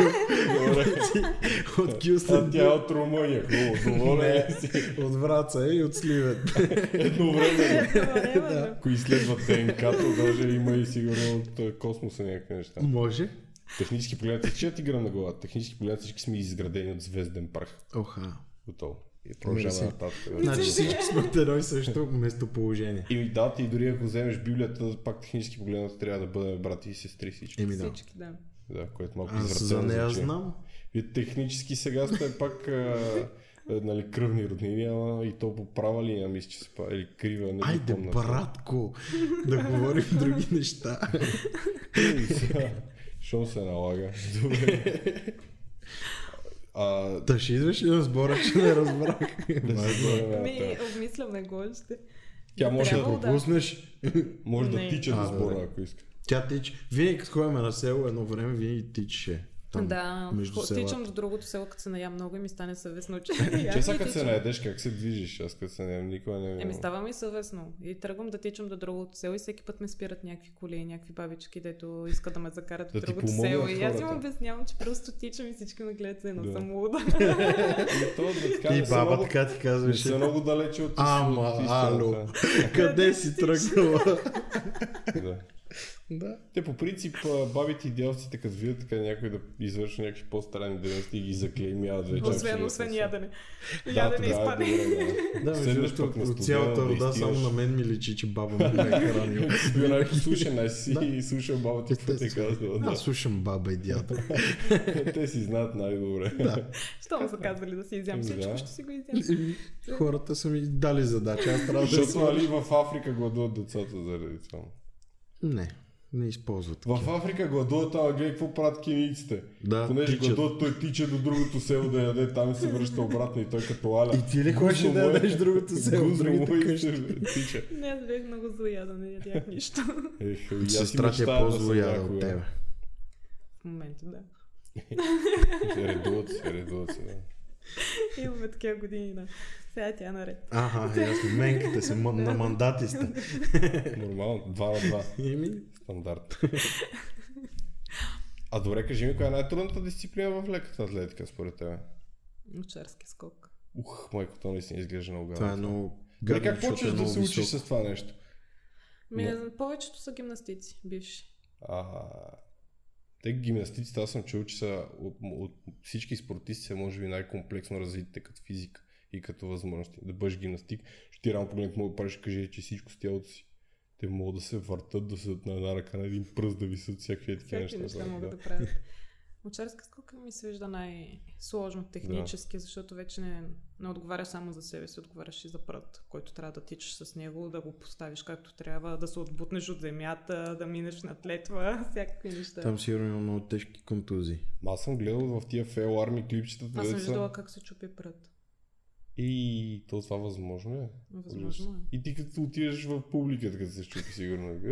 Добре.
Кю- от
А
Кюстен,
тя е от Румъния. Хубаво, доволен си.
от Враца е и от Сливен.
Едно време.
Едновременно.
Ако изследват ДНК-то, даже има и сигурно от а, космоса някакви неща.
Може?
Технически погледнат, с чия ти гръм на главата? Технически погледнат всички сме изградени от звезден прах.
Оха.
Готово. И
Мерси.
продължаваме нататък.
Значи всички сме от едно и също местоположение.
Еми да, ти дори ако вземеш Библията, пак технически погледнато трябва да бъдем брати и сестри всички.
Еми да.
Всички, да.
Да, което малко
Аз за
извратено
нея
звучи.
знам.
И технически сега сте пак а, а, нали, кръвни роднини, ама и то по права линия, мисля, че се па- или крива, не ги
Айде,
помна.
братко, да говорим други неща.
Ей, сега, Що се налага? Добре. А,
Та ще идваш ли на сбора, че не разбрах.
да си говорим,
Ми,
а,
обмисляме го още.
Тя може да,
Трябвало да.
Пропуснеш.
може да
Не.
тича до
А,
сбора,
добре.
ако иска.
Тя тич. Винаги като ходим на село едно време, винаги тичеше. Там,
да,
между
хо-
селата.
тичам до другото село, като се ная много и ми стане съвестно, че
Че
аз
сега
не
като се
тичам.
наедеш, как се движиш? Аз като се наем, никога не е
Еми става ми съвестно. И тръгвам да тичам до другото село и всеки път ме спират някакви коли и някакви бабички, дето искат да ме закарат
Да
до
ти
другото
помогнат
село. И аз им
хората.
обяснявам, че просто тичам и всички ме гледат за едно
Да.
съм луда.
И то, да, така, не
И
са
баба
много-
така ти
Не са
казваше.
много далече от
Ама,
от истината.
ало, къде си тръгнала?
Да.
Да.
Те по принцип а, бабите и дядовците, като видят така някой да извършва някакви по-странни дейности и ги заклеймяват вече.
освен,
абсолютно
освен
са.
ядене.
Да,
Ядене
тогава е
изпадне.
добре,
Да,
Седнеш
между
пък на
другото, от
студена,
цялата
да
рода
изтиеш.
само на мен ми личи, че баба ми ме е хранила.
Бил най-ко слушан, аз си и слушал баба ти какво те
Естествено.
казва. Да.
Аз слушам баба и дядо.
Те си знаят най-добре.
Що му са казали да си изям
Еми, да.
всичко, ще си го изям.
Еми, Хората са ми дали задача, аз трябва да
Защото
съм.
нали в Африка гладуват децата заради това.
Не, не използват.
В Африка гладуват, ама гледай какво правят кенийците.
Да,
Понеже
тичат.
гладуват, той тича до другото село да яде, там се връща обратно и той като аля.
И ти ли ходиш
Гузно
да
му е-
ядеш другото село,
гузно му
другите
е и
къщи?
се Тича.
Не, аз бях много заяда, не ядях нищо.
Ех, и аз си
Сестра ти е
мечтая да съм
по-злояда
някога.
от тебе.
В момента, да.
Редуват се, редуват се, да.
Имаме такива години, да. Сега тя е наред.
Аха, ясно. Менките са м- на мандати сте.
Нормално, два на два.
Еми,
Стандарт. А добре, кажи ми, коя е най-трудната дисциплина в леката атлетика, според тебе?
Учарски скок.
Ух, майко, то наистина изглежда много
това е
гадно.
много
Добре,
гадно,
как
защото е
почваш да
много
се учиш
високо.
с това нещо?
Ми,
Не.
не знам, повечето са гимнастици, бивши.
А, те гимнастиците, аз съм чул, че са от, от всички спортисти са може би най-комплексно развитите като физика и като възможности. Да бъдеш гимнастик, ще ти е рано погледнат мога да правиш, и кажи, че всичко с тялото си. Те могат да се въртат, да седат на една ръка, на един пръст, да висят всякакви такива
Всеки
неща.
неща
да.
могат да правят. Учарска скока ми се вижда най-сложно технически, защото вече не, не отговаря само за себе си, отговаряш и за прът, който трябва да тичаш с него, да го поставиш както трябва, да се отбутнеш от земята, да минеш на тлетва, всякакви неща.
Там сигурно има много тежки контузии.
Ма аз съм гледал в тия фейл арми клипчетата.
Аз съм
деца.
виждала как се чупи прът.
И то това възможно е.
Възможно е.
И ти като отидеш в публиката, като се щупи сигурно. А,
Ми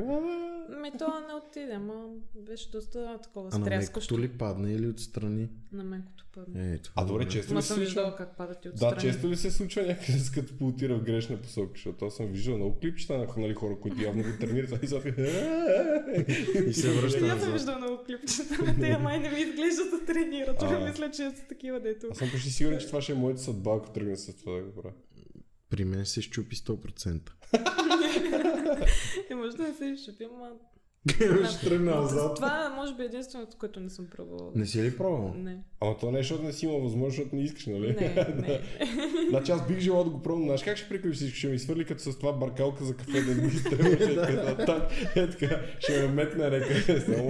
Ами то не отиде, ма беше доста такова
А на
стряскащо.
мекото ли Е, падне или отстрани?
На мекото падна.
Ето.
А добре, често
Ма
ли се
съм
случва?
виждала как падат и отстрани.
Да, често ли се случва някъде, с като пултира в грешна посока, защото аз съм виждал много клипчета на нали, хора, които явно го тренират и са
И се връща
Я съм
назад.
виждала много клипчета на тея, май не ми изглеждат да тренират.
А.
Мисля, че са такива, дето.
Аз съм почти сигурен, че това ще е моята съдба, ако тръгна с това да го правя.
При мен се щупи 100%.
Не "Е, може да не се изшипи, ама...
Ще тръгна назад.
Това може би е единственото, което не съм пробвала.
Не си е ли пробвал?
Не.
Ама то не е, защото не си имал възможност, защото не искаш, нали?
Не, не.
Значи аз бих желал да го пробвам. Знаеш как ще приключи всичко? Ще ми свърли като с това баркалка за кафе да ми изтръгне. Е така, е така, ще ме метне река. Само.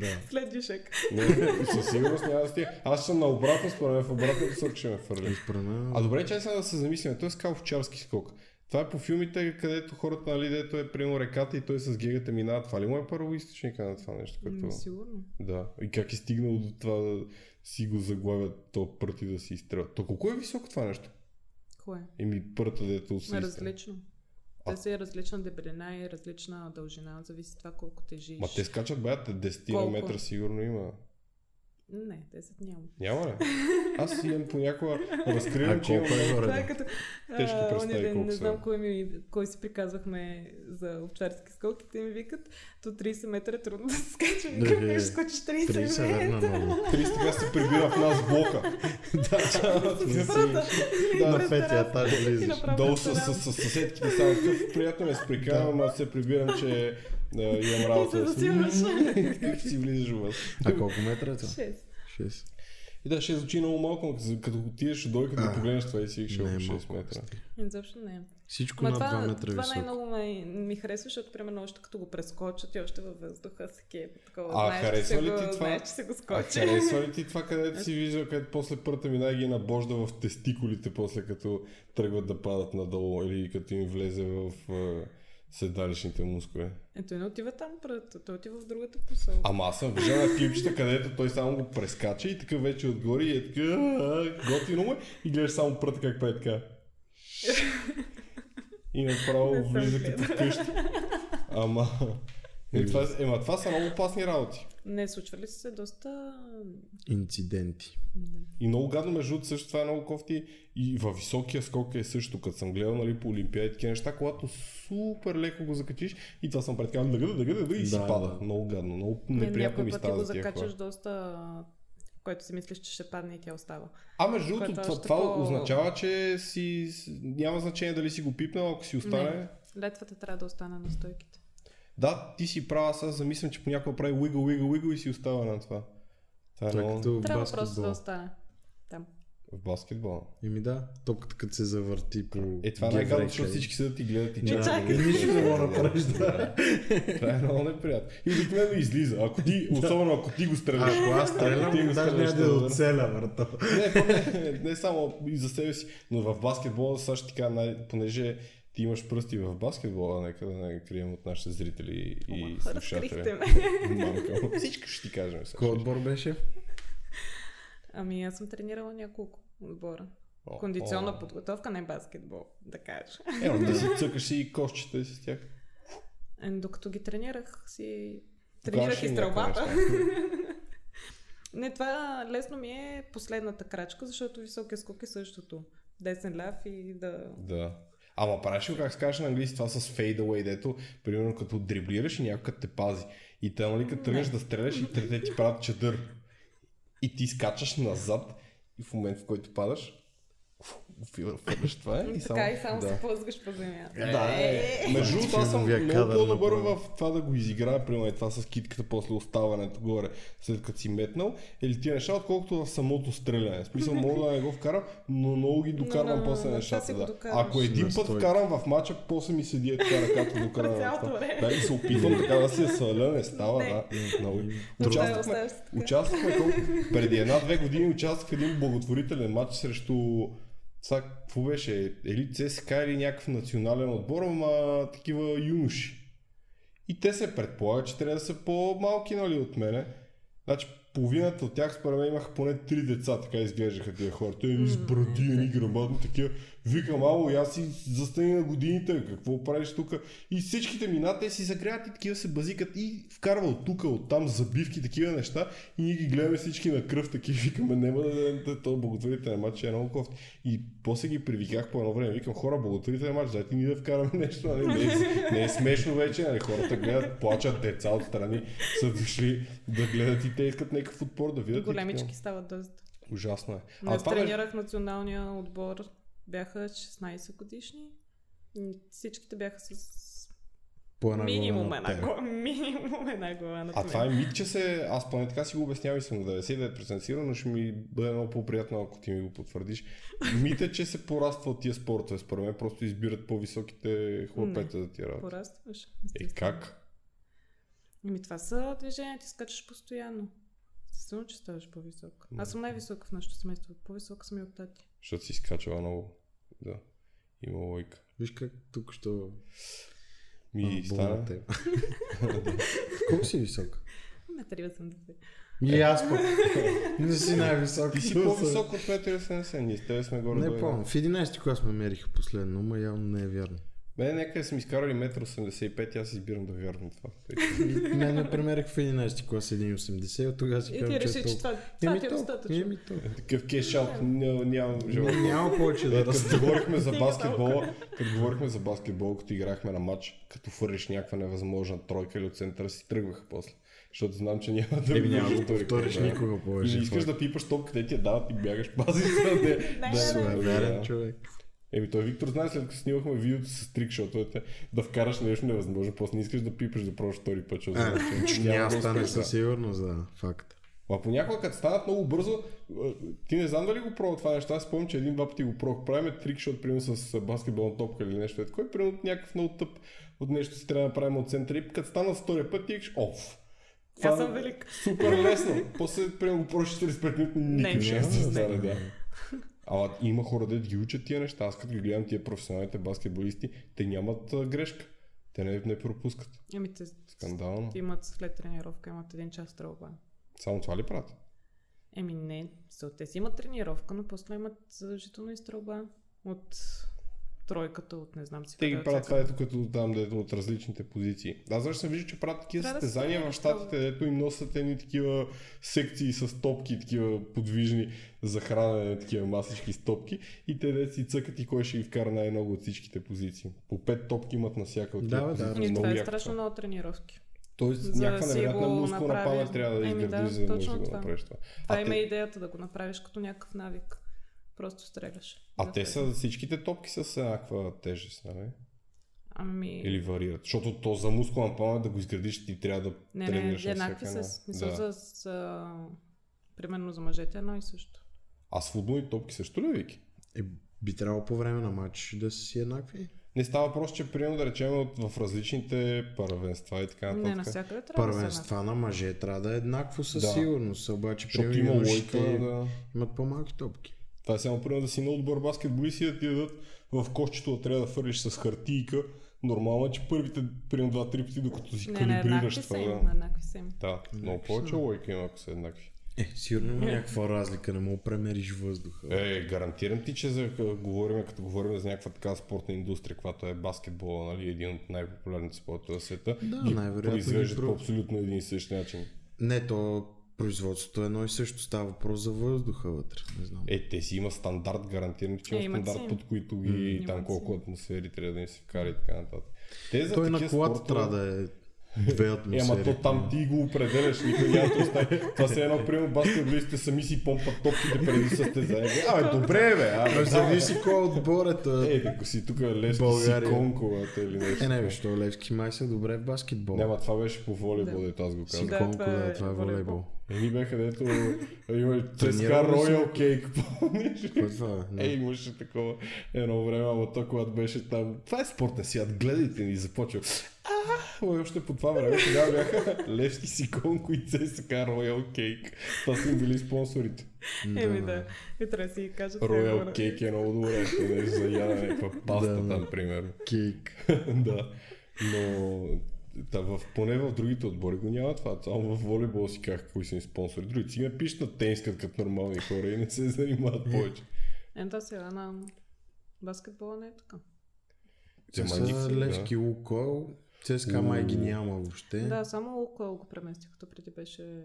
Да.
След дишек.
Не, Със сигурност няма да стига. Аз съм на обратно, според мен в обратна посока ще ме фърли.
Изпрана.
А добре, че сега да се замислим. Той е скал овчарски скок. Това е по филмите, където хората, нали, дето е примерно реката и той с гигата минава. Това ли му е първо източника на това нещо? Като...
М, Ами, Сигурно.
Да. И как е стигнал до това да си го заглавят то пръти да се изстрелят. То колко е високо това нещо?
Кое?
Еми пръта, дето се
На
изстрелят.
различно.
А.
Те са и различна дебелина и различна дължина, зависи това колко тежиш.
Ма те скачат баята 10
Колко?
метра сигурно има.
Не, те са няма.
Няма ли? Аз имам понякога разкривам,
А
че имам...
колко е
Това е
горе?
като
Тежки
а,
представи
оня ден,
колко
не
са.
знам кой, ми, кой си приказвахме за овчарски скоки, те ми викат, до 30 метра е трудно да се скача, викам,
Е,
как ще скочиш 30,
30 верна
метра.
много.
30 така се прибира в нас блока. Да, чава, ти
Прата.
си...
Да, на
През
петия
тераса.
етаж
И
влизаш.
направо
Долу
през
с, с,
тераса.
с, съседките само е такъв приятно ме спрекавам, аз се прибирам, че е, имам работа.
Ти се засилваш.
Как си влизаш у вас?
А колко метра е това?
Шест.
6. И
И да, ще звучи много малко, но като- като отидеш до дойка да
А,
погледнеш това и си викаш
Не е
6
малко.
метра.
Изобщо не е.
Всичко
Ма
над 2
това, е
метра е
това
високо.
най-много ме, ми харесва, защото примерно още като го прескочат и още във въздуха се кепи. Такова,
А,
знаеш, че
харесва
се
ли
го-
ти това?
Знаеш, че се го
А
скочи.
харесва ли ти това,
Е.
където си виждал, където после пръта мина и ги набожда в тестикулите, после като тръгват да падат надолу или като им влезе в е, седалищните мускули?
Ето не отива там, пред, той отива в другата посока.
Ама аз съм виждал на клипчета, където той само го прескача и така вече отгоре и е така а, готино му е, и гледаш само пръта как прави така. И
Не
направо
съм
влиза
гледала.
като вкъщи. Ама... Е, това, ема, това са много опасни работи.
Не, случвали са се доста...
Инциденти.
Да.
И много гадно, между другото, също това е много кофти. И във високия скок е също, като съм гледал нали, по Олимпиади такива неща, когато супер леко го закачиш и това съм пред така, да, да, да, да, да, и си
Да,
пада.
да.
Много гадно, много
Не,
неприятно ми
Е, някой път ти
става
го
за тия хора.
закачаш доста, което си мислиш, че ще падне и е тя остава.
А между другото,
е
Което
това,
още
това
по-
означава, че си, с- няма значение дали си го пипнал, ако си остане.
Не. Летвата трябва да остане на стойките.
Да, ти си права, аз замислям, че понякога прави wiggle, wiggle, wiggle и си остава на това. Това е
Това е
много...
като
Трябва просто да
баскетбол.
остане. Там.
В баскетбол.
Еми да, топката като се завърти по...
Е, това е
геврека
най-гадно,
и-
защото всички седят и гледат и
Да,
чакат. Е,
и нищо не мога да направиш, да.
Това е много неприятно. И обикновено излиза. Ако ти, особено ако ти го стреляш.
Ако аз
Ти го
стрелям, даже
стреляш,
няма
да,
да е
да.
оцеля, брата.
Не, то не, не само и за себе си, но в баскетбола сега ще ти кажа, най- понеже ти имаш пръсти в баскетбола, нека да не крием от нашите зрители и
Ама, разкрихте
слушатели.
ме.
Малко. Всичко ще ти кажем. сега.
Кой отбор беше?
Ами аз съм тренирала няколко отбора.
О,
Кондиционна
о.
подготовка, не баскетбол, да кажа.
Е, ама да си цъкаш и кошчета си с тях.
Е, Докато ги тренирах си...
Покажеш
Тренирах
ли
и
им
стрелбата.
някои неща?
Не, това лесно ми е последната крачка, защото високия скок е същото. Десен ляв и да...
Да. Ама правиш ли, как се каже на английски, това с фейдауей, дето, примерно като дриблираш и някой те пази. И те, нали, като тръгнеш да стреляш и трете ти правят чадър. И ти скачаш назад и в момент, в който падаш, фираш това е.
И
И
така само,
само,
и само
да.
се плъзгаш по земята.
Да, е. Между другото, аз съм
Филмовия
много
кадър
по-добър в
направо.
това да го изиграя, примерно и това с китката после оставането горе, след като си метнал, или тия неща, отколкото в самото стреляне. В смисъл, мога да не го вкарам, но много ги докарвам
Но, но,
после
но,
нещата.
това си го
Да.
докарваш.
Ако един
На
път
стойка.
вкарам в мача, после ми седи е така ръката до края.
През
на
цялото
това.
време.
Да, и се опитвам така да си я сваля, не става,
Не.
да. Много.
Трудно.
Оставя-
Участвахме,
оставяш се така.
участвахме колко... преди една-две години участвах в един благотворителен матч срещу сега, какво беше, или ЦСКА или някакъв национален отбор, ама такива юноши. И те се предполагат, че трябва да са по-малки, нали, от мене. Значи, половината от тях според мен имаха поне три деца, така изглеждаха тия хора. Те ни с бради, ни грамадно, такива. Викам, ало, аз си застани на годините, какво правиш тук? И всичките мина, те си загряват и такива се базикат и вкарва от тук, от там забивки, такива неща. И ние ги гледаме всички на кръв, такива. Викаме, няма да дадете то благотворителен матч, е много кофти. И после ги привиках по едно време. Викам, хора, благотворителен матч, дайте ни да вкараме нещо. Нали? Не, е, не е смешно вече, нали? хората гледат, плачат, деца отстрани са дошли да гледат и те искат някакъв отпор да видят. и
Големички
такива.
стават доста.
Ужасно е.
Не
това беше-
тренирах националния отбор. Бяха 16 годишни. М, Всичките бяха с
По една глава
минимум
на
една
тебе.
глава. Минимум една глава на
А
мен.
това е миг, че се... Аз поне така си го обяснявам и съм на 99% сигурен, но ще ми бъде много по-приятно, ако ти ми го потвърдиш. Мит е, че се пораства от тия спортове. Според мен просто избират по-високите хлопета да ти радат.
Порастваш.
Е, как?
Ами това са движения, ти скачаш постоянно. Естествено, че ставаш по-висок. Аз съм най-висока в нашето семейство. По-висока съм и от тати.
Защото си скачала много. Да. Има лойка.
Виж как тук ще
Ми стана.
Колко си висок?
Метър и 80.
И аз пък. Не си най-висок.
Ти си по-висок от 1,70. Ние с тебе сме горе.
Не
долу.
помня. В 11-ти клас ме мериха последно, но явно не е вярно.
Мене някъде са ми изкарали 1,85 и аз избирам да вярвам в това. Тъй че-
Мен ме премерих в 11-ти клас 1,80 и от тогава си
И ти
казвам, че
реши,
е
че
толкова.
това, това
Еми
ти е
толкова,
достатъчно.
еми толкова.
Такъв кеш-аут ня- нямам желание.
Няма повече да расте.
Е, Като говорихме за
Стига
баскетбола, като говорихме за баскетбол, като играхме на матч, като фърлиш някаква невъзможна тройка или от центъра си тръгваха после. Защото знам, че няма да
Еми няма да
можеш
го повториш
да.
никога повече. е.
Или искаш да пипаш топка, къде ти я дават и бягаш, пази се да
не,
да-
не,
Суеверен
да.
човек.
Еми той Виктор знае, след като снимахме видеото с трикшотовете, да вкараш нещо невъзможно, после не искаш да пипаш да пробваш втори път, защото
А,
знаеш, че
Няма
да
да стане
успееш, да.
със сигурност, да. Факт.
А понякога, като станат много бързо, а, ти не знам дали го пробва това нещо. Аз спомням, че един-два пъти го пробвах. Правиме трикшот, примерно с а, баскетболна топка или нещо. Ето, кой примерно от някакъв много тъп от нещо си трябва да правим от центъра и като стана втория път, ти екш оф.
Аз съм велик.
Супер лесно. После, примерно, го пробваш 45 минути,
Е,
никакъв
Не,
шанс да
не.
стане, да. Ама има хора, да ги учат тия неща. Аз като ги гледам тия професионалните баскетболисти, те нямат а, грешка. Те не, не пропускат.
Еми те
Скандално.
имат след тренировка, имат един час стрелба.
Само това ли правят?
Еми не, са- те си имат тренировка, но после имат задължително и стрелба от тройката, от не знам
Те
си къде
ги правят
от всяка-
това, е ето като там, дето от различните позиции. Аз вече съм виждал, че правят такива
Трябва да се
състезания
тренира
в щатите, дето им носят едни такива секции с топки, такива подвижни за хранене, такива масички с топки и те дето си цъкат и кой ще ги вкара най-много от всичките позиции. По пет топки имат на всяка от
Да,
тия
бе, да.
позиции.
И това
Много
е
яко
страшно много тренировки.
Тоест
за да
някаква
си
невероятна
го
мускулна
направиш.
памет трябва да
Еми да,
изградиш, за да можеш да
точно
го
това.
направиш това.
Това
А
има
те,
идеята да го направиш като някакъв навик. Просто стреляш.
а
Да
те
стреляш.
са всичките топки са с еднаква тежест, нали?
Ами...
Или варират. Защото то за мускулна памет да го изградиш, ти трябва да
Не, не,
тренираш на
еднакви
всяка
са.
една.
Смисъл
Да.
за, за... Примерно за мъжете едно и също.
А с футболни топки също ли, Вики?
Е, би трябвало по време на матч да си еднакви.
Не става просто, че примерно да речем от, в различните първенства и така
не,
нататък.
навсякъде трябва
е
да са.
Първенства на мъже трябва да е еднакво със
Да.
сигурност, обаче
Защото
при
има
юношите
лойка да...
имат по-малки топки.
Това е само примерно да си на отбор баскетболист и да ти дадат в кошчето да трябва да фърлиш с хартийка. Нормално е, че първите примерно два-три пъти, докато си
Не, не,
калибрираш
еднакви са
това.
им.
Да,
Еднакви са им.
да много
Еднакви
повече
са.
лойка има, ако са еднакви.
Е, сигурно има някаква разлика, не мога премериш въздуха.
Е, гарантирам ти, че за, говорим, като говорим за някаква така спортна индустрия, която е баскетбола, нали, един от най-популярните спортове в света,
Да,
ги
най-вероятно ги
произвеждат по
правят.
абсолютно един и същ начин.
Не, то производството е едно и също. Става въпрос за въздуха вътре. Не знам.
Е, те си има стандарт, гарантиран, че
Е,
има
имат
стандарт,
си.
под които ги
Имат
там колко
си.
атмосфери трябва да им се вкара и така нататък. Те за
Той на
такива
колата
спортове-
трябва да е нали? две
Е,
атмосфери.
ама то там ти го определяш, никой няма да остави. Това се едно, примерно, баскетболистите сами си помпат топките преди състезание. Абе, добре, бе,
Ама
абе,
зависи кой е отбор е.
да.
той е.
Е, ако си тук Левски си
България.
конкулата или нещо.
Е, не, виж, то Левски май се добре в баскетбол.
Няма, това беше по волейбол,
Да.
дето аз го казах.
Да,
Колко
това
да,
е
това е волейбол.
волейбол.
Еми бяха, дето има ЦСКА
Тренирали ли си?
Royal Cake, помниш ли?
Какво е това?
Е,
Не.
имаше такова едно време, ама то, когато беше там. Това е спортен свят, гледайте ни, започва. А, ама още по това време тогава бяха Левски Сиконко и ЦСКА Royal Cake. Това са им били спонсорите.
Еми е, да. И трябва да си ги кажат. те
Royal
говорят.
Cake е много добре, ако не за яда някаква паста
Да, да.
там, примерно.
Кейк.
да. Но Та в, поне в другите отбори го няма това. Само в волейбол си казах кои са ни спонсори. Другите си ме пишат на тенискът като нормални хора и не се занимават повече.
Е, да, сега на баскетбола не е така.
Те
Ама
са
никакви, да.
Левски Лукол, ЦСКА май ги няма въобще.
Да, само Лукол го преместиха, то преди беше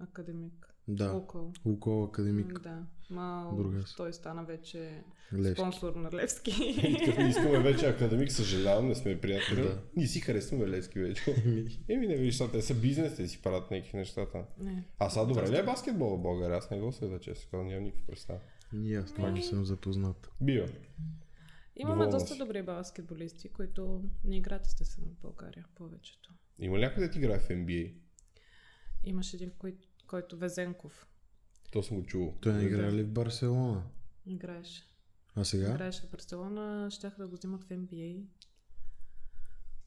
академик.
да.
Лукол.
Лукол Академик.
Да. Ма
Бургас.
той стана вече
Левски.
спонсор на Левски.
Като не искаме вече академик, съжалявам, не сме приятели.
Да.
Да. Ние си харесваме Левски вече. Еми не виж, сега те са бизнес, те си правят някакви нещата.
не.
А сега добре ли е баскетбол в България? Аз не го следа, честно казвам, нямам никаква представа.
И аз това не съм запознат.
Бива.
Имаме
Доволна
доста
си.
добри баскетболисти, които не играят естествено в България, повечето.
Има някой да ти играе в NBA?
Имаше един, кой, който Везенков
То съм го чувал.
Той не играе ли в Барселона?
играеше.
А сега?
Играеше в Барселона, щяха да го взимат в NBA.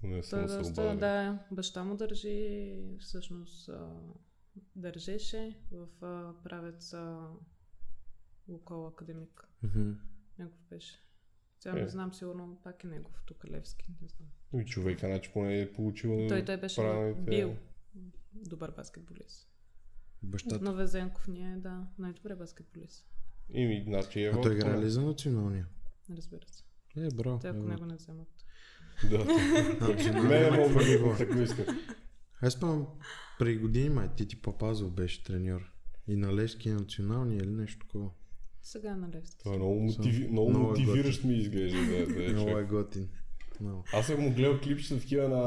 Не
Той
съм се
доста,
обадил.
да, баща му държи, всъщност а, държеше в а, правец а, Лукол Академик.
Мгм.
Негов беше. Сега не
Е.
знам, сигурно пак е негов, тук Левски, не знам.
И човека, значи поне е получил.
Той, той беше
правилните-
бил добър баскетболист.
Бащата.
Но Везенков ни е, да, най-добре баскетболист.
Ими, значи е.
А
в-
той играе ли за националния?
Разбира се.
Е, бро.
Те, ако
е,
него не вземат.
Да. е
националния е
Мене мога да
волейбол.
го така искам.
Аз спомням, преди години май Тити Папазов беше треньор. И на Левски и националния или нещо такова.
Сега на Левски.
Това е много, мотиви... много
Много е
мотивиращ ми изглежда. Да, да, е
Много
човек.
е готин. Много.
Аз съм му гледал клипчета такива на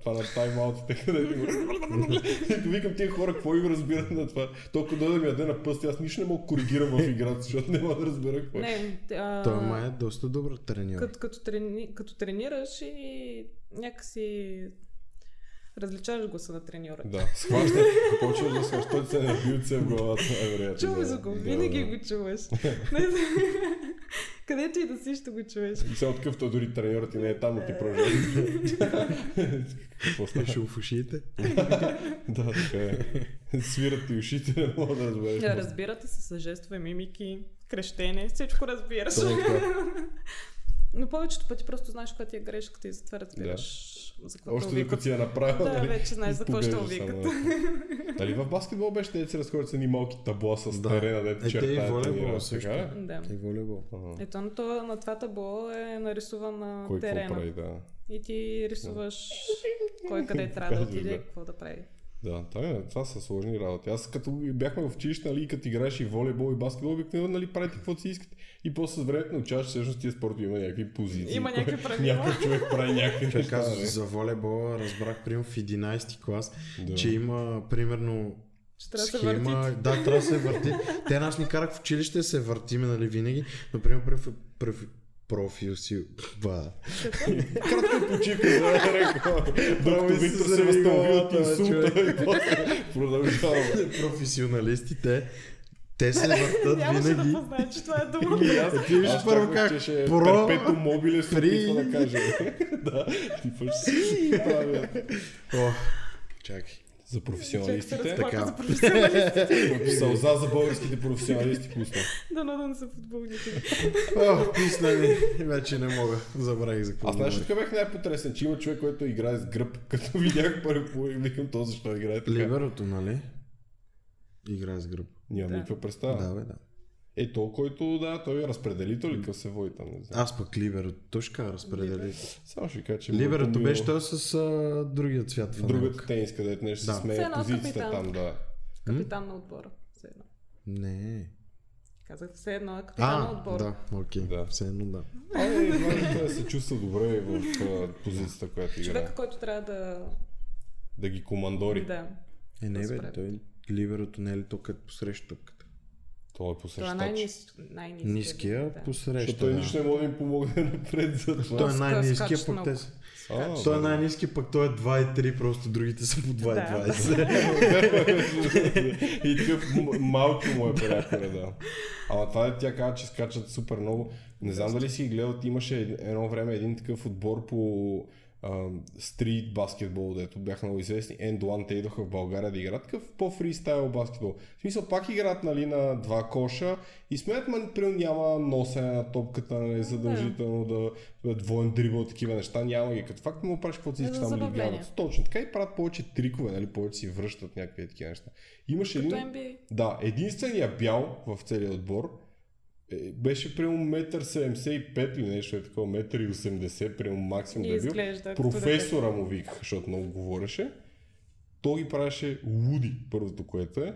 това на тайм-аутите, където го... Като викам тия хора, какво им разбират на това? Толкова дойде ми яде на пъсти, аз нищо не мога да коригирам в играта, защото не мога да разбера какво е.
Не, те, а...
Той май е доста добър треньор.
Като, като, трени, като тренираш и някакси различаваш гласа на треньора.
Да, схваща, почваш да схващаш, той се е набил це в главата, е вероятно.
Чуваш
да.
го,
Да,
винаги
да.
го чуваш. Не знам. Където и да си, ще го чуеш.
И сега откъв той дори треньорът ти не е там, но ти продължаваш. Какво става?
Пише в ушите.
Да, така е. Свират ти ушите, не мога да разбереш.
Да, разбирате се с жестове, мимики, крещене, всичко разбираш.
Точно така.
Но повечето пъти просто знаеш коя ти е грешката и затова разбираш за какво те
Още докато
викат.
си я направил,
Да,
нали?
вече знаеш за какво ще е
Поглеждаш
викат.
само. Нали в баскетбол беше те се разходят с едни малки табла с
Да.
терена,
Е,
дето
те и
чертаят
волейбола
тренира.
също.
Така ли?
Да.
И волейбол.
Ага.
Ето на, това, на това табло е нарисуван на
Кой какво
терена.
прави, да.
И ти рисуваш кой къде трябва да
Казваш,
отиде,
да.
какво да прави.
Да, това, е, това са сложни работи. Аз като бяхме в училище, нали, и като играеш и волейбол и баскетбол, обикновено нали, правите каквото си искате. И после с времето научаваш, всъщност тия спортове има някакви позиции.
Има
кое-
някакви правила.
Някой човек прави някакви
Той
неща.
казва
нали.
за волейбола, разбрах примерно в 11 клас,
Да.
че има примерно
Ще трябва да се
схема.
върти.
Да, трябва да се върти. Те нас ни карат в училище да се въртиме, нали, винаги. Но примерно профи, профи, профил си... Ба.
Кратка почивка за река. Докато
Прави си
Виктор се
заради
възстанови от
главата, бе,
инсулта и после продължава.
Професионалистите, те се въртат
Нямаше да
винаги.
познаеш, че това е добро.
И аз
Ти виж
аз
първо
чаках,
как
че ще е
про-
перпетум мобиле се
при-
опитва да каже. да, ти пъш си правя.
О, чакай.
За професионалистите.
разплака.
Така. за професионалисти.
Сълза за българските професионалисти пусна.
Да, но да не са футболните.
О, писна ми. Вече не мога. Забравих за какво.
Аз знаеш ли
говорих.
така бях най-потресен, че има човек, който играе с гръб. Като видях първи по и викам то защо играе така.
Либерото, нали? Играе с гръб.
Нямам
Да.
никаква
Да,
представа.
бе, да.
Е, то, който, да, той е разпределител ли къв се води там, не знам.
Аз пък либерото. Точка разпредели.
Само ще кажа, че... му е
Либерото
помило
беше той с а, другия цвят. Ами,
Другата тениска, където нещо
Да.
се смее
Все едно
позицията
капитан.
там, да.
Капитан на отбора. Все едно.
Не.
Казах, все едно е капитан на
А,
отбора.
да, окей.
Да.
Все едно да.
А, е, едва ли той се чувства добре в а, позицията, която играе.
Човека, който трябва да...
Да ги командори.
Да.
Е, не бе,
Разбрах.
той либерото не е ли то като посреща топката?
Той е
Това е
посрещач.
най-нис- най-ниския.
Ниския
да.
посреща.
Защото той
да.
нищо не може да им помогне напред за това.
Той е най-низкия,
Скач
пък те
много.
са.
А,
Той е най-низкия, пък той е 2,3, просто другите са по 2,20.
И такъв м- малко му е прякора, да. Ама това е, тя каза, че скачат супер много. Не знам дали си ги гледал, ти имаше ед- едно време един такъв отбор по стрит баскетбол, дето бяха много известни, End One, те идоха в България да играят такъв по-фристайл баскетбол. В смисъл пак играят нали, на два коша и смеят, ма примерно няма носене на топката, нали, задължително да, да двоен дрибъл, такива неща, няма ги. Като факт му правиш каквото си
Е,
искаш,
за
там ги
забавление.
гледат. Точно така и правят повече трикове, нали, повече си връщат някакви такива неща. Имаше
Като
един...
NBA.
Да, единствения бял в целия отбор е, беше примерно 1,75 или нещо е такова, 1,80 м, примерно максимум
И
да е бил.
изглежда като
Професора му викаха, защото много говореше. Той ги правеше луди, първото което е.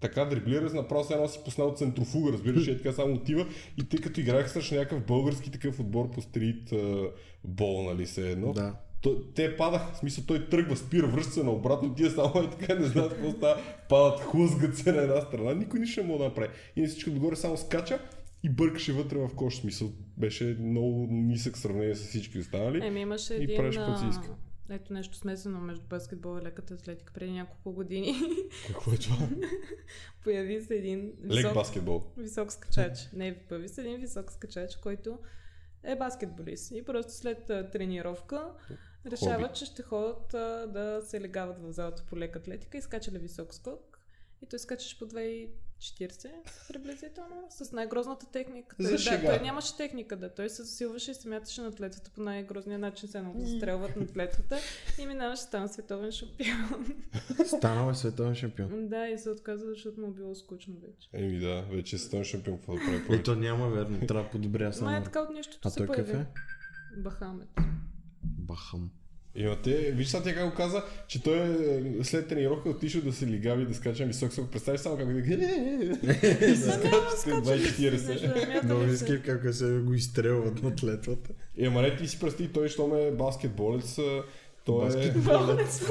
Така дриблира, направо се едно си поснал центрофуга, разбираш, е така само отива. И тъй като играх срещу някакъв български такъв отбор по стрит а, бол, нали се едно.
Да.
То, те падаха, в смисъл той тръгва, спира, връща се наобратно, тия само и така не знаят какво става, падат, хлъзгат се на една страна, никой нищо не мога да направи. И на всичко отгоре само скача и бъркаше вътре в кош, в смисъл беше много нисък в сравнение с всички останали.
Еми имаше
И
един...
правиш каквото си
а,
иска.
Ето нещо смесено между баскетбол и леката атлетика преди няколко години.
Какво е това?
Появи се един
Лек
висок,
баскетбол.
висок скачач. Не, появи се един висок скачач, който е баскетболист. И просто след а, тренировка решава, че ще ходят а, да се легават в залата по лека атлетика и скачали висок скок. И той скачаше по 2,40 приблизително с най-грозната техника. Той,
За
да,
шега.
той нямаше техника, да. Той се засилваше и се мяташе на тлетвата по най-грозния начин, се едно го застрелват на тлетвата и минаваше там световен шампион.
Станал е световен шампион.
да, и се отказа, защото му е било скучно вече.
Еми да, вече стан шампион, какво да прави повече.
Ето няма верно, трябва да подобря
Ма е
само.
така от нещото
А
се
той
появи.
какъв е?
Бахамет.
Бахам.
Имате, виж сега тя как го каза, че той е след тренировка отишъл да се лигави, да скача на висок сок. Представиш само как да Е. и се
Ами,
скача след
Много
2,40.
Много
иска как се го изстрелват на тлетвата.
Е, ама не ти си пръсти, той щом е баскетболец, а, той е...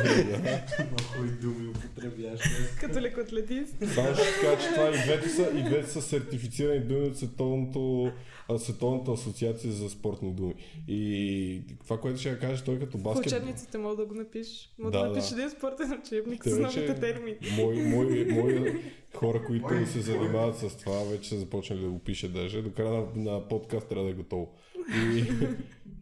Много и думи употребяваш.
Като лекоатлетист.
Само ще ти кажа, че това и двете са, и двете са сертифицирани думи от Световното, а, Световната асоциация за спортни думи. И това, което ще я кажа, той като
В
баскет...
учебниците мога да го напишеш. Мога
Да,
да,
да.
напишеш един спортен учебник
Те
с
вече-
новите термини.
Мои, мои, мои хора, които се занимават с това, вече са започнали да го пишат даже. До края на, на подкаст трябва да е готово. И,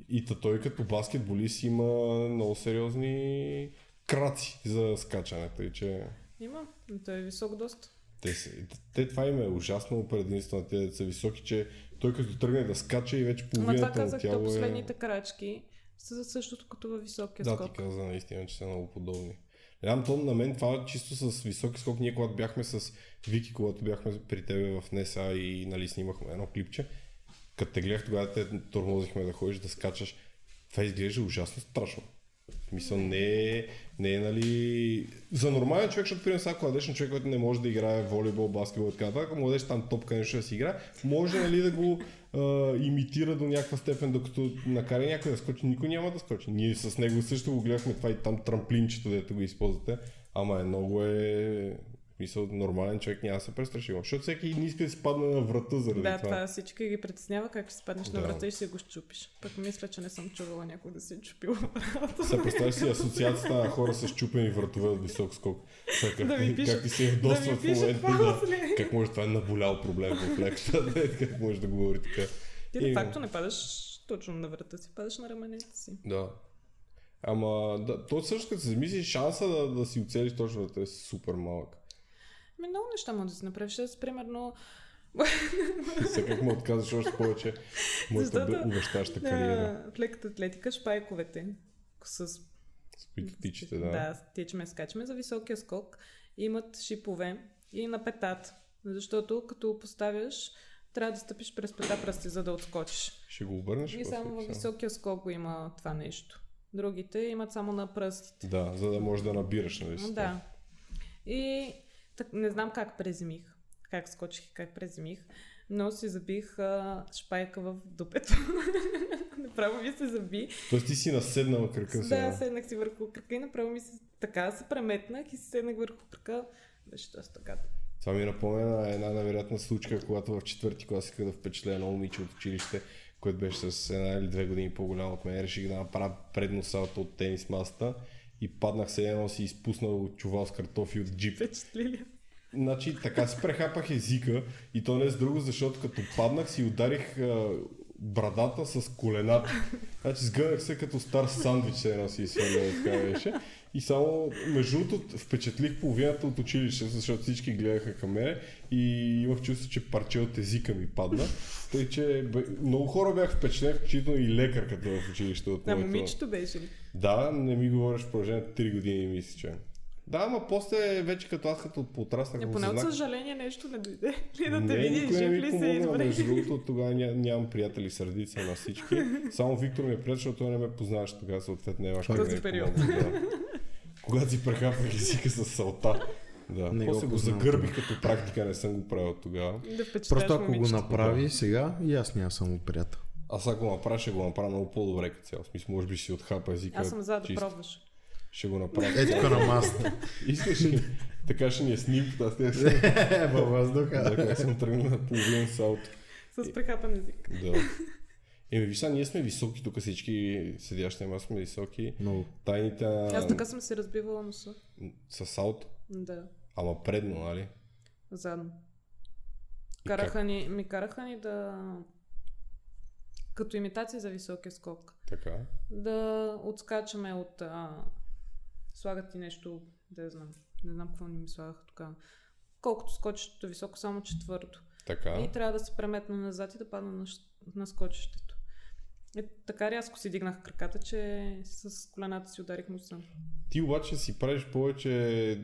и та той като баскетболист има много сериозни краци за скачането. И че
Има, но той е висок доста.
те, са- те това им е ужасно предимство на тези деца високи, че той като тръгне да скача и вече
Ама това
половината му
казах, то
тяло е...
последните крачки са за същото като във високия
Да,
скок.
ти каза наистина, че са много подобни. Реално то на мен това чисто с високи скок, ние когато бяхме с Вики, когато бяхме при тебе в НСА и нали, снимахме едно клипче, като те гледах тогава те тормозихме да ходиш да скачаш, това изглежда ужасно страшно. В смисъл не е, не е нали... За нормален човек, защото примерно сега ако дадеш на човек, който не може да играе волейбол, баскетбол и така нататък, ако му дадеш там топка нещо да си играе, може нали да го а, имитира до някаква степен, докато накара някой да скочи, никой няма да скочи. Ние с него също го гледахме това и там трамплинчето, дето го използвате, ама е много е... в Мисъл, нормален човек няма да се престраши, защото всеки не иска да си падне на врата заради
Да,
това.
това е. всички ги притеснява как ще спаднеш на
Да.
врата и ще го щупиш. Пък мисля, че не съм чувала някой да си е чупил врата.
Се представяш си асоциацията на хора с чупени вратове от висок скок. Сега Как,
Да ми пишат-
как ти се
да ми
ядосват в
пишат
момента. е, Да.
после.
Как може това е наболял проблем в леката? да, как може да говори така?
Ти де
Именно.
факто не падаш точно на врата си, падаш на раменете си.
Да. Ама, да, то също като се замислиш, шанса да, да си оцелиш точно да е супер малък.
Ми Ами, много неща може да си направиш. Аз, примерно,
Сега как му отказваш още повече моята
Защото-
бе- обещаща кариера
на в леката атлетика, шпайковете с
с които тичате, да.
Да, тичаме, скачаме за високия скок. Имат шипове и на петата. Защото като поставяш, трябва да стъпиш през пета пръсти, за да отскочиш.
Ще го обърнеш?
И
после,
само във
сега?
високия скок го има това нещо. Другите имат само на пръстите.
Да, за да можеш да набираш, нали? си?
Да. И так, не знам как преземих. Как скочих и как преземих. Но си забих а, шпайка в дупето. Направо ми се заби.
Тоест ти си наседнал кръка си.
Да, седнах си върху крака и направо ми се така се преметнах и си седнах върху крака. Беше доста гадно.
Това ми напомня на една невероятна случка, когато в четвърти клас исках да впечатля едно момиче от училище, което беше с една или две години по-голямо от мен. Реших да направя предносалата от тенис масата и паднах се едно си изпуснал чувал с картофи от джип.
Впечатлили.
Значи така си прехапах езика и то не е с друго, защото като паднах си ударих а, брадата с колената. Значи сгънах се като стар сандвич, едно си свърля, така беше. И само, между другото, впечатлих половината от училище, защото всички гледаха към мене и имах чувство, че парче от езика ми падна. Тъй, че бе- много хора бях впечатлен, включително и лекарката в училище от
На
моето-
момичето беше ли?
да, не ми говориш в продължение 3 години, мисля, че. Да, ама после вече като аз като потраснах
Не,
в
поне от
знак-
съжаление нещо не дойде. Ли да те
не,
види,
никой не
жив
ми
ли се
помогна, между
избре.
другото, от тогава ня, нямам приятели сърдица на всички. Само Виктор ми е приятел, защото той не ме познаваше тогава, съответно е ваш
Този
период.
Да. Когато си прехапвах езика с салта. Да,
Не го
после го
познавам
загърбих като практика, не съм го правил тогава.
Да впечатляш
Просто ако го
момичето.
направи сега, и аз няма съм му приятел.
Аз ако го направя, ще го направя много по-добре като цяло. В Смисъл, може би ще си отхапа езика.
Аз съм за да
чист.
пробваш.
Ще го направя.
Е, тук на масата.
Искаш ли? Така ще ни е снимката, аз те
Е, във въздуха.
Да, как съм тръгнал на половин салт.
С прехапан език.
Да. Еми, виж, сега, ние сме високи, тук всички седящи на нас сме високи.
Много.
Тайните
Аз така съм си разбивала носа.
са салт,
Да,
ама предно, нали?
задно.
И
Караха ни, ми караха ни да... Като имитация за високия скок.
Така.
Да отскачаме от... А... Слагат ти нещо, да я знам. Не знам какво ни ми слагаха тогава. Колкото скочището е високо, само четвърто.
Така.
И трябва да се преметна назад и да падна на, щ- на скочището. Е, така рязко си дигнах краката, че с колената си ударих муса.
Ти обаче си правиш повече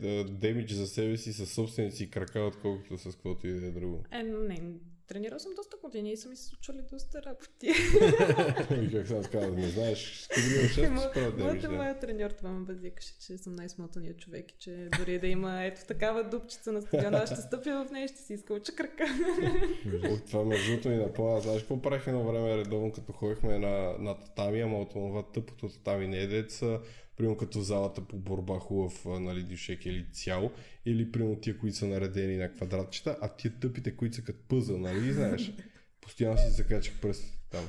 да, демидж за себе си със собствените си крака, отколкото с каквото и да е друго.
Е, не, тренирал съм доста години и са ми се случвали доста работи.
И как съм казал, не знаеш, ще ги имаш, ще
Ма-
правя демидж.
Моята
Да.
моя треньор това ме базикаше, че съм най-смотания човек и че дори да има ето такава дупчица на стадиона, аз ще стъпя в нея и ще си изкълча крака.
Ох, това между другото ми напомня, знаеш какво правих едно време редовно, като ходихме на, на татами, ама от това тъпото татами не е деца, примерно като в залата по борба хубав, а, нали, дюшек или цял, или примерно тия, които са наредени на квадратчета, а тия тъпите, които са като пъзъл, нали, ги знаеш? Постоянно си закачах пръстите там.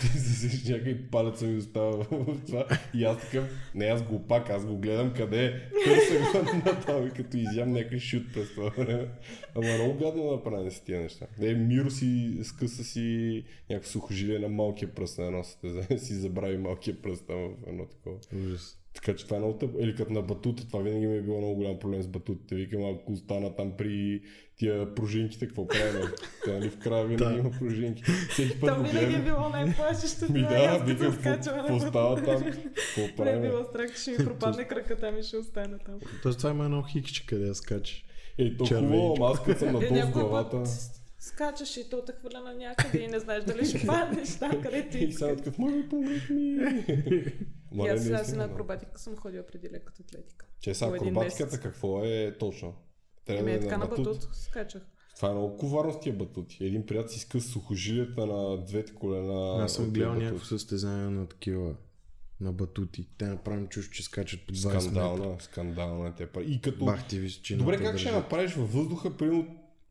Ти се сеш някакви палеца ми остава в това. И аз такъв, не аз го пак, аз го гледам къде е. Търся го на там, като изям някакъв шут през това време. Ама много гадно направени са тия неща. Е, Миро си скъса си някакво сухожилие на малкия пръст на едно състезание, си забрави малкия пръст там в едно такова.
Ужас.
Така че това е много тъп. Или като на батута, това винаги ми е било много голям проблем с батутите. Викам, ако остана там при тия пружинките, какво правим? Те, нали, в края винаги
Да.
има пружинки. Всеки път
То
го
винаги е
гледам.
било най-плашещо.
Ми
това,
да,
аз като
викам,
скачам
какво
на
какво
път.
става там? Какво
Не е
правим?
било страх, че ще ми пропадне краката ми, ще остане там.
Тоест това има едно хикче, къде я скачаш.
Е, то
Червеничко.
хубаво, ама аз като съм
Е,
надолу в
някой
главата.
път с- скачаш и то те хвърля на някъде и не знаеш дали ще паднеш там, където
И сега
искаш.
такъв, моля, помогни ми. Ма,
И
не,
аз сега си
наистина,
на
да.
акробатика съм ходила преди леката атлетика.
Че сега
по един
акробатиката
месец.
какво е точно? Трябва
Еми
да
е
е
така на
батут.
батут скачах.
Това е много коварно с тия батути. Един приятел си скъс сухожилията на двете колена.
Аз съм
от тия
гледал
батути.
някакво състезание на такива на батути. Те направим чуш, че скачат по 20 метра.
Скандално, скандално те прави. И като...
Бах ти височината
Добре, как ще
държат.
направиш във въздуха, примерно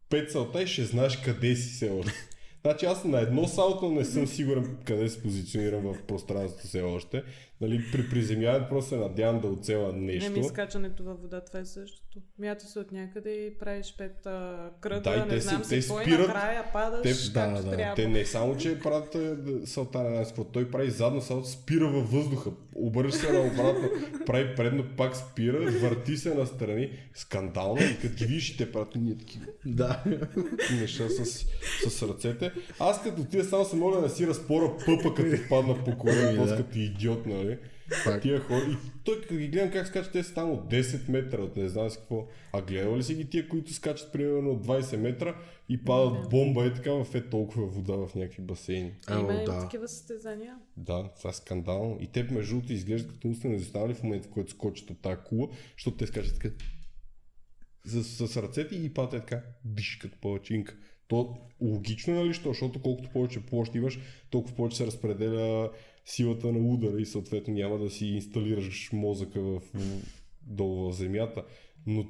5 салта и ще знаеш къде си все още. Значи аз на едно салто не съм сигурен къде се позиционирам в пространството все още. Нали, при приземяването просто се надявам да оцела нещо.
Еми скачането във вода, това е същото. Мята се от някъде и правиш пет а, кръга,
Да, и те
не
се-
знам
те
си кой,
спират.
накрая падаш
Те-
както
да, да.
трябва.
Те не само, че правят е, да- салта на нас, какво той прави задно салто, спира във въздуха, объръща се наобратно, прави предно, пак спира, върти се настрани, скандално и като ги видиш, те правят ние такива
Да.
неща с, с ръцете. Аз като отида само се моля да не си разпора пъпа, като падна по
Ми,
корен,
да.
просто като идиот, нали?
Пак.
Тия хора. И той като ги гледам как скачат, те са там от 10 метра, от не знам си какво. А гледал ли си ги тия, които скачат примерно от 20 метра и падат бомба и така в е толкова вода в някакви басейни?
Ало,
Има и
да.
такива състезания.
Да, това е скандално. И те между другото изглеждат като устно изостанали в момента, в който скочат от тази кула, защото те скачат така с, с ръцете и падат е така, биш като палачинка. То логично нали, що? защото колкото повече площ имаш, толкова повече се разпределя силата на удара и съответно няма да си инсталираш мозъка в, в, долу в земята. Но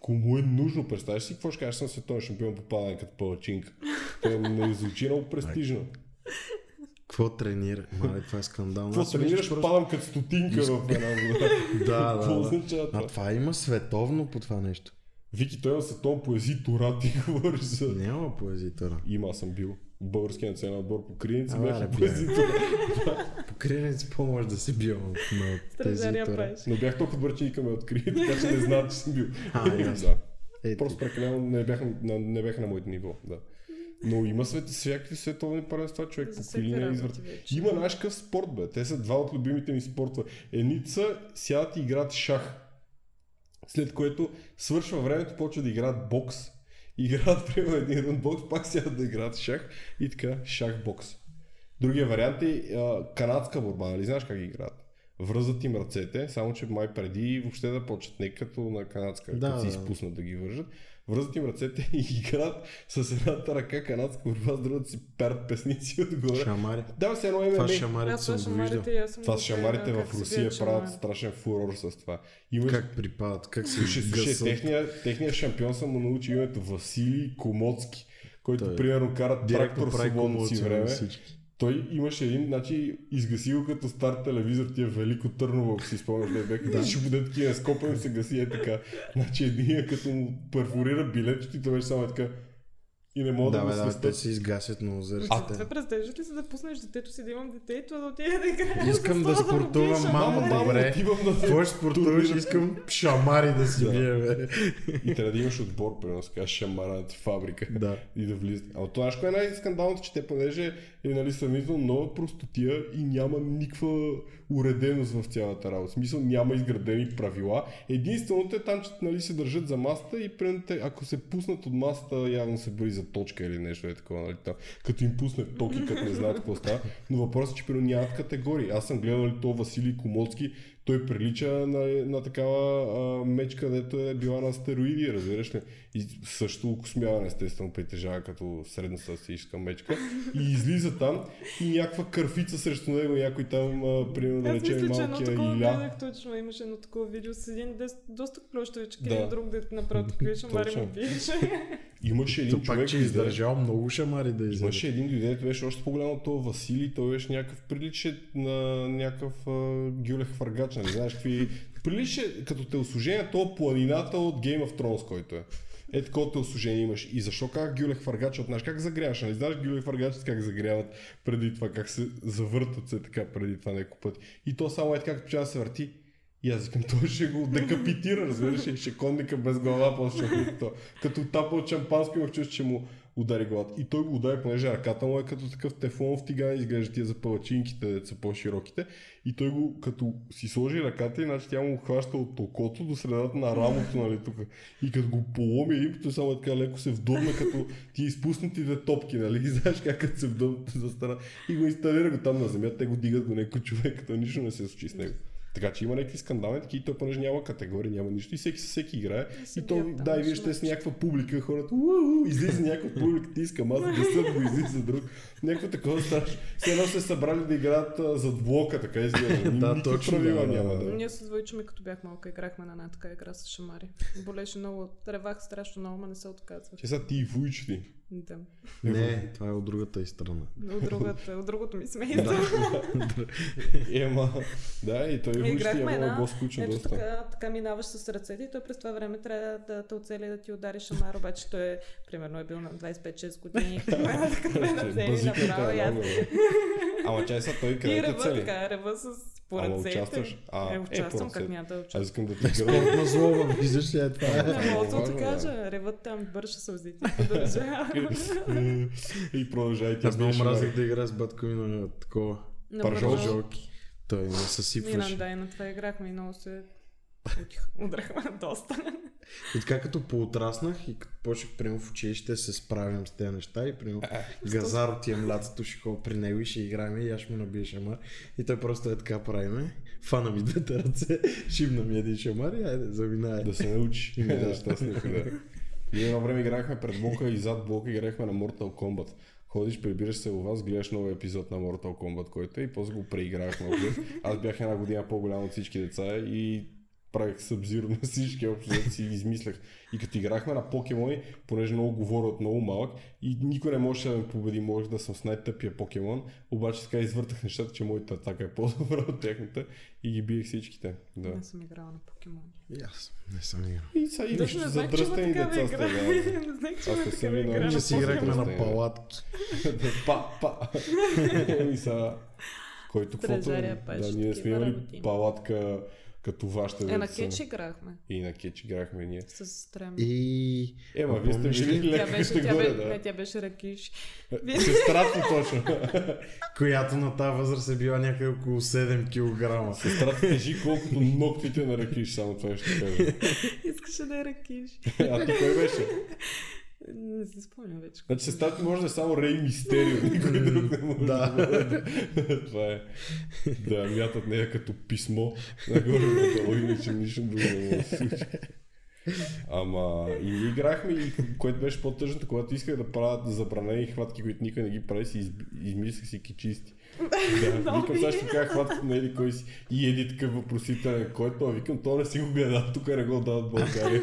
кому е нужно, представяш си какво ще кажеш съм световен шампион по падане като палачинка. Това не звучи много престижно.
Какво тренира? Мале, това е скандално.
Какво
Аз мисля,
тренираш,
че просто-
падам като стотинка в една вода.
Да,
Какво
да, да.
означава
А
това?
това има световно по това нещо.
Вики, той има световен поези, тора ти говориш за...
Няма поезитора.
Има, аз съм бил. българския национален отбор по криници
Ама,
бяха
не
бързи.
Покривенец по-може да си бил на тези
Стражария
тура.
правиш.
Но бях толкова добър, че никой ме откри, така че не знам, че съм бил.
А, ясно. Е,
да.
Ей,
Просто прекалено не бяха на, не бяха на моето ниво. Да. Но има свет, всякакви световни първенства, човек
За
по
всеки
килина
работи
извърт.
вече.
Има наш къв спорт, бе. Те са два от любимите ми спортове. Едница сядат и играят шах. След което свършва времето, почва да играят бокс. Играят примерно един рунд бокс, пак сядат да играят шах и така шах бокс. Другия вариант е а, канадска борба, нали знаеш как ги играят? Връзат им ръцете, само че май преди въобще да почнат, не като на канадска,
Да,
да, като се
да.
изпуснат да ги вържат. Връзат им ръцете и ги играят с едната ръка канадска борба, с другата си перат песници отгоре.
Шамари.
Да, бе, все едно
Това
ММА.
с шамарите
Аз това
съм го виждал.
шамарите и аз съм
Това
го
с шамарите
гледала,
в
Е, как се
Русия
бият
правят
шамари.
страшен фурор с това. Има
Как припадат, как се
Слушай, слушай,
гъсат.
техния, техния шампион съм му научи името Василий Комоцки, който
Той е.
примерно кара трактор
Директно прави
свободно си
комулация на
време.
всички.
Той имаше един, значи, изгаси го като стар телевизор, тия Велико Търново, ако си спомняш, да бе, да. ще бъде такива скопа и се гаси е така. Значи един като му перфорира билетчето и той беше само е така и не мога да,
Да,
да,
бе,
го
да, те
свестят.
се изгасят на
А, това
озерците.
представяш ли се да пуснеш детето си да имам дете и това да отиде да играе?
Искам
с
да
това му
спортувам,
пише,
мамо,
бе.
да. добре.
отивам на
Какво ще спортуваш? Искам шамари да си
Да.
бие, бе.
И трябва да имаш отбор, примерно, с казва шамараната фабрика.
Да.
и да влизат. А от това нещо е най-скандалното, че те понеже е нали, сравнително нова простотия и няма никаква уреденост в цялата работа. В смисъл няма изградени правила. Единственото е там, че нали, се държат за масата и примерно, те, ако се пуснат от масата, явно се бори за точка или нещо е такова. Нали, там. Като им пуснат токи, като не знаят какво става. Но въпросът е, че примерно нямат категории. Аз съм гледал нали, то Василий Комоцки, той прилича на, на такава а, мечка, дето е била на стероиди, разбираш ли? И също окосмяване, естествено, притежава като средностатистическа мечка. И излиза там и някаква кърфица срещу него, някой там, а, примерно, да
Аз
речем,
мисля, че едно
малкия
такова
Иля.
гледах точно, имаше едно такова видео с един дес, доста клющович,
Да.
един друг дет направо такива шамари
Точно.
му пише.
Имаше един
То пак,
човек,
че
дойде-
издържал много шамари да
Имаше
издържа.
един дойде, дето беше още по-голям от това Василий, той беше някакъв приличе на някакъв а, гюлех фъргач, нали знаеш какви... Приличе като те осужение, то планината от Game of Thrones, който е. Е, такова те осужение имаш. И защо как гюлех фъргач, знаеш как загряваш, нали знаеш гюлех фъргач как загряват преди това, как се завъртат се така преди това няколко пъти. И то само е така, като че да се върти. И аз викам, той ще го декапитира, разбираш ли, ще конника без глава, после ще го- то. Като тапа от шампанско имах чувство, че му удари главата. И той го удари, понеже ръката му е като такъв тефлонов тиган, изглежда тия за палачинките, деца по-широките. И той го, като си сложи ръката, иначе тя му хваща от окото до средата на рамото, нали тук. И като го поломи един път, той само е така леко се вдъбна, като ти изпуснатите топки, нали? И знаеш как като се вдъбнат за страна. И го инсталира го там на земята, те го дигат го някой човек, като нищо не се случи с него. Така че има някакви скандални такива, и той понеже няма категория, няма нищо и всеки със всеки играе.
се
И, то,
бият там,
да, и вие сте с някаква публика, хората, уу, излиза някаква публика, ти искам аз да съм го излиза друг. Някакво такова страшно. Все едно се събрали да играят а, зад блока, така изглежда.
Да,
да,
точно,
точно. Правила
да, да,
няма
да.
да.
Ние с двойчо ми като бях малка играхме на една така игра с шамари. Болеше много, тревах страшно много, но не се отказвах.
Че са ти и вуйч ти.
Да.
Не, това е от другата и страна.
От, другата, от другото ми смейство.
Ема, да, и той
Ми
вуйч ти е
играхме
много
една-
по-скучно
Ето
доста.
така, така минаваш с ръцете и той през това време трябва да те оцели да ти удари шамар, обаче той е, примерно е бил на 25-6 години. Примерно така ме нацели
Базиката е
направо и аз
много, бе. Ама чай са той
и
къде те
ръва
цели.
така, ръва с
Ама
поръцете.
участваш? А,
е,
е,
участвам,
поръцете.
как няма да
Аз
участвам.
искам да те гръбна.
Спортна злоба, виждаш ли е това?
Не мога да
Важно,
ти
да.
кажа, ревът там, бърша сълзите, подържа.
И продължай ти
Аз много мразих да игра с батко ми на такова.
На
Пържол.
Пържол.
Жалки. Той ме
Минан,
съсипваше.
да, и на това играхме и много се удрахме доста.
И така като поотраснах и като почех прямо в училище се справям с тези неща и
Е,
прямо газар отивам лятото, е ще ходя при него и ще играем и аз ще му набия шамар. И той просто е така правиме. Фана ми двете ръце, шибна ми един шамар и айде, заминай.
Да се научиш. Да, щастлив, да. Ние едно време играхме пред блока и зад блока играхме на Mortal Kombat. Ходиш, прибираш се у вас, гледаш новия епизод на Mortal Kombat, който е и после го преиграх много. Аз бях една година по-голям от всички деца и правих сабзиро на всички общо, взето си ги измислях. И като играхме на покемони, понеже много говоря от много малък и никой не можеше да ме победи, може да съм с най-тъпия покемон, обаче така извъртах нещата, че моята атака е по-добра от техната и ги биех всичките. Да.
Не съм играла на покемони.
И аз не съм играл.
И са и
не
нещо за
знаех, че има
дръстени
такава
деца
игра.
сте, да.
Не знаех, че
Аз
има
не съм
такава
виновен,
игра.
Ние
на
си играхме
покемон.
на палатки.
па, па. Еми са, който каквото... е.
Трезария пеше
Да, ние сме
такива
имали
работи.
палатка като вашата.
Е, на
деца.
кетч играхме.
И на кетч играхме ние.
С сестра ми.
И...
Ема, вие сте
Помниш ли?
били
Тя беше,
лекарите
тя,
горе,
бе, не,
да.
тя беше ракиш.
Сестрата точно.
Която на тази възраст е била някъде около 7 кг.
Сестрата тежи колкото ногтите на ръкиш, само това ще кажа.
Искаше да е ракиш.
А ти кой беше?
Не си спомням вече.
Значи сестрата може да е само Рей Мистерио, никой друг не може да.
Да.
бъде. Това е. Да, мятат нея като писмо нагоре надолу, иначе нищо друго не може да се случи. Ама и ние играхме и което беше по-тъжното, когато исках да правят забранени хватки, които никой не ги прави, си из... измислих си кичисти. Да,
Нови.
викам, сега ще кажа хватката на еди кой си. И еди такъв въпросителен, който викам, то не си го гледа, тук не го дават в България.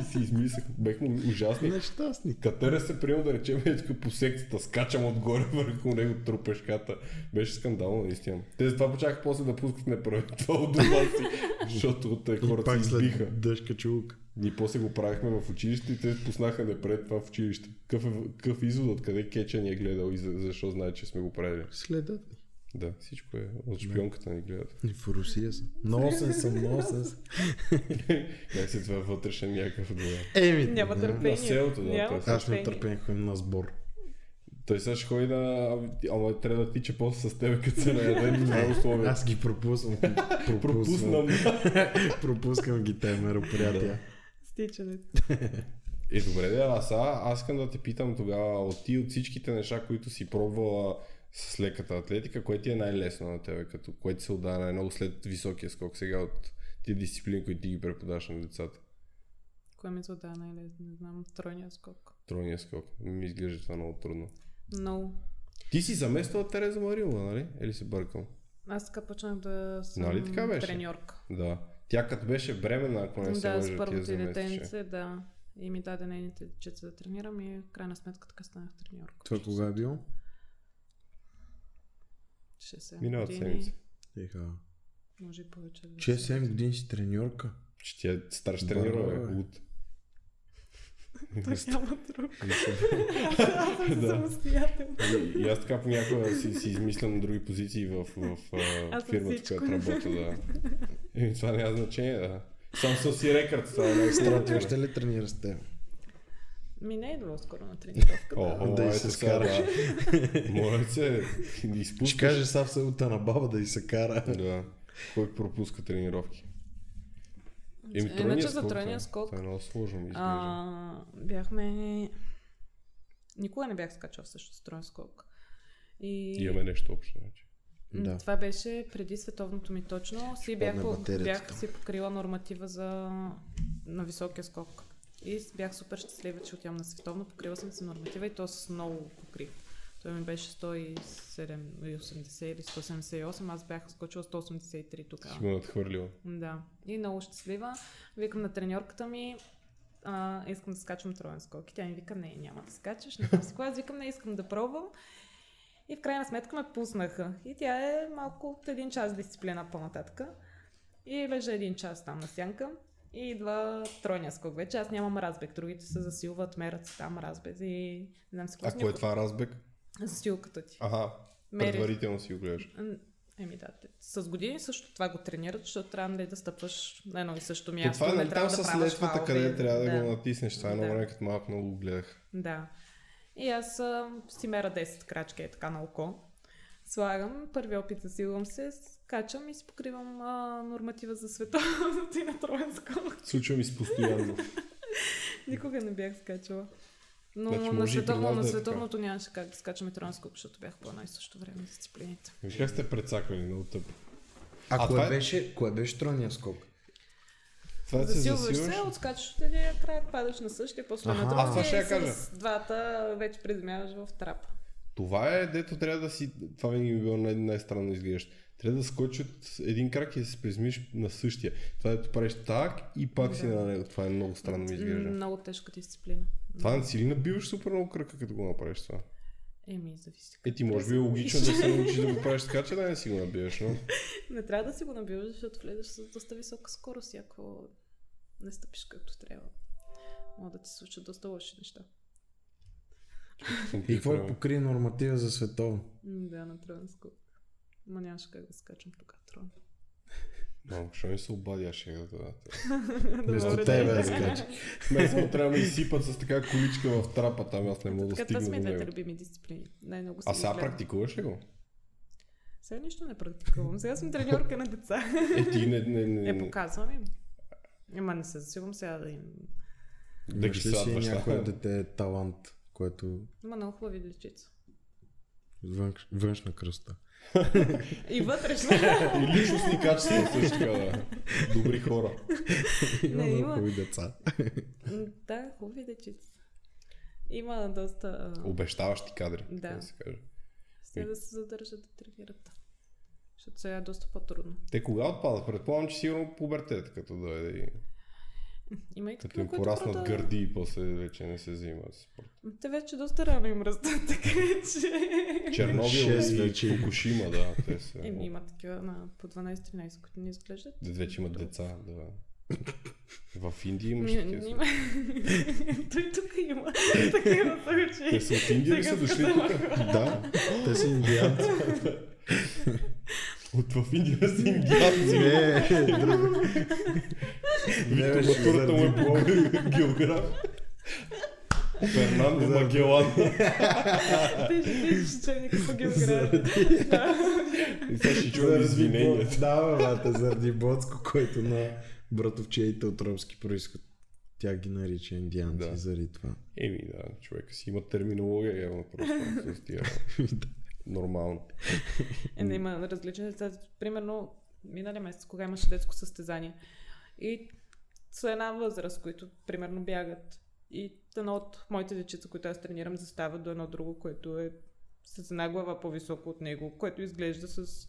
И си измислих, бехме ужасни.
Нещастни.
Катера се приема да речем е тук по секцията, скачам отгоре върху него трупешката. Беше скандално, наистина. Те затова почака после да пускат неправи това от дома си, защото от тези
И
хората
пак
се избиха.
след дъжка чулка.
Ние после го правихме в училище и те пуснаха непред това в училище. Какъв, е, какъв извод, откъде кеча ни е гледал и за, защо знае, че сме го правили.
Следът ни.
Да, всичко е. От шпионката ни гледат.
И в Русия съм. Носен съм, носен съм.
Как се това е вътрешен някакъв да.
Еми,
Няма
да.
търпение.
На селото, да,
Няма
това е.
Аз не
търпение.
търпех ходим на сбор.
Той сега ще ходи на... Ама трябва да тича после с тебе, като се наеде. Това е условие.
Аз ги пропусвам. Пропусвам.
Пропуснам.
Пропускам ги те мероприятия.
Стичане.
Е, добре, да, а сега аз искам да те питам тогава от ти от всичките неща, които си пробвала с леката атлетика, кое ти е най-лесно на тебе, като кое ти се отдава най-много след високия скок сега от ти дисциплини, които ти ги преподаваш на децата?
Кое ми зададе най-лесно? Не знам. Тройния скок.
Тройния скок. Ми изглежда това много трудно.
Много.
Ти си замествала Тереза Марилова, нали? Или се бъркам?
Аз така почнах да съм
Нали така беше?
треньорка.
Да. Тя като беше бременна, ако не се
Да,
лъжа,
с
ти я
първото ти
заместваше.
детенце, да. И ми даде нейните дечица да тренирам и в крайна сметка така станах треньорка.
Това кога е било?
6-7
Миналата седмица.
Еха.
Може и повече. да
6-7 години си треньорка.
Че тя е старш
Бърна,
тренирала, бе.
бе.
Луд.
Той няма друг.
Ами
Аз
Да.
съм самостоятелна.
И, и аз така понякога си, си измислям други позиции в, в, а,
Аз съм
фирмата, в
всичко.
която работя. Да. И това няма значение, да. Сам съм си е рекърд, става много
Ти
странно.
още ли тренира с теб?
Ми не е идвало скоро на тренировка.
О,
да.
о,
Да и
ето
се
сега, да.
скараш.
Моля се, да
Ще
изпускаш.
каже сам селта на баба да и се кара.
Да. Кой пропуска тренировки?
Иначе
тройния
Е, за
скок,
тройния
да.
скок-
Това е много сложно, ми изглежда.
А, бяхме... Никога не бях скачал също с троен скок. И...
И Имаме нещо общо. Значи.
М,
Да.
Това беше преди световното ми точно. Си бях,
падне
по-
батерията
бях
там.
си покрила норматива за... на високия скок. И с- бях супер щастлива, че отивам на световно. Покрила съм си норматива и то с много покрив. Той ми беше 180 или 178, аз бях скочила 183 тогава.
Си го надхвърлила.
Да. И много щастлива. Викам на треньорката ми, а, искам да скачам троен скок. И тя ми вика, не, няма да скачаш, не знам си кога. Аз викам, не, искам да пробвам. И в крайна сметка ме пуснаха. И тя е малко от един час дисциплина по-нататък. И лежа един час там на сянка. И идва тройния скок вече. Аз нямам разбег. Другите се засилват, мерят се там разбези. и Не знам си какво.
А
си.
кой е
Някой-
това разбег?
Засилката ти.
Аха,
Мери.
предварително си го гледаш.
М, Еми да, те- с години също това го тренират, защото трябва нали, да стъпваш на едно и също
То
място.
това е
не
нали там
трябва да
с
правиш
летвата,
валове.
къде трябва да го натиснеш. Това е едно
Да.
време, като малко много го гледах.
Да. И аз а, си мера 10 крачки, е така на око. Слагам, първи опит засилвам се, скачам и си покривам а, норматива за световното и на троен скок.
Случва ми се постоянно.
Никога не бях скачала. Но
Значи,
на,
може и при
световно,
вас
на
да е
световното нямаше как да скачам и троен скок, защото бях по едно и също време дисциплините.
Виж как сте прецакали много тъпо. А
А,
това
кое,
е-
беше, кое беше тройния скок?
Това да се
Засилваш
засилваш.
се, отскачаш от едния край, падаш на същия, после
Аха.
на
Аз това ще я
другия и
кажа.
с двата вече приземяваш в трапа.
Това е, дето трябва да си... Това винаги ми било най- е най-странно изглеждаш. трябва да скочи от един крак и да се призмиш на същия. Това дето правиш так и пак си
Да.
на него. Това е много странно ми изглежда.
Много тежка дисциплина.
Това не си ли набиваш супер много кръка, като го направиш това?
Еми, зависи.
Е, ти може би е логично да се научиш да го правиш така, че да не си го набиваш, но...
Не трябва да си го набиваш, защото влезеш с доста висока скорост и ако не стъпиш както трябва. Могат да ти се случат доста лоши неща.
И какво е покри норматива за световно?
М, Да, на Троянско. Ма нямаше как да скачам тук трон.
Малко, защо не се обади, аз ще я да това.
Вместо
Добре,
тебе
да.
да скача.
Мен Нали, само трябва да изсипат с така количка в трапа, там аз не мога да
Така, това
стигна
са
до
ми двете
него.
любими дисциплини. Най-много съм
А сега
ги гледала.
практикуваш ли го?
Сега нищо не практикувам. Сега съм треньорка на деца.
Е, ти не, не, не,
Е,
не
показвам им. Ема не се засилвам сега да им...
да ги
Имаш ли си
садваш.
някое
да.
дете талант, което
Има много хубави дечица.
външ, външна кръста.
И вътрешно.
И личностни качества също така, да. Добри хора.
Има
Не,
много
има.
хубави деца.
М, да, хубави дечица. Има доста... а,
Обещаващи кадри,
Да.
така да се каже.
Сте да се задържат да тренират. Защото сега е доста по-трудно.
Те кога отпадат? Предполагам, че сигурно пубертет, като дойде и...
Има и
Като им
такива, които
пораснат
правда-
гърди и после вече не се занимават с спорт.
Те вече доста рано им растат, така че...
Шест
Чернобил и
вече.
Фукушима, да. Те са...
Еми, има такива на по 12-13 години изглеждат.
Де- Вече имат деца, да. В Индия имаш
Ни-
такива.
Нима. Той тук има такива
Те
случаи.
са от Индия ли са дошли
Сега
тук?
скандал.
Да, те са индианци.
От в Индия са индианци. бе.
Не, друго. Не,
Виктор
беше
Матурата му е
заради
по географ. Фернандо Магелан.
Те ще видиш, че никаква география.
Заради-
И сега ще чувам извиненията.
Бо- Да, бе, брате, заради Боцко, който на братовчеите от ромски происход. Тя ги нарича индианци
Да.
заради това.
Еми да, човека си има терминология, явно просто с тия. Нормално.
Е, не има различни деца. Примерно, миналия месец, кога имаше детско състезание. И са една възраст, които примерно бягат. И едно от моите дечица, които аз тренирам, застава до едно друго, което е с една глава по-високо от него, което изглежда с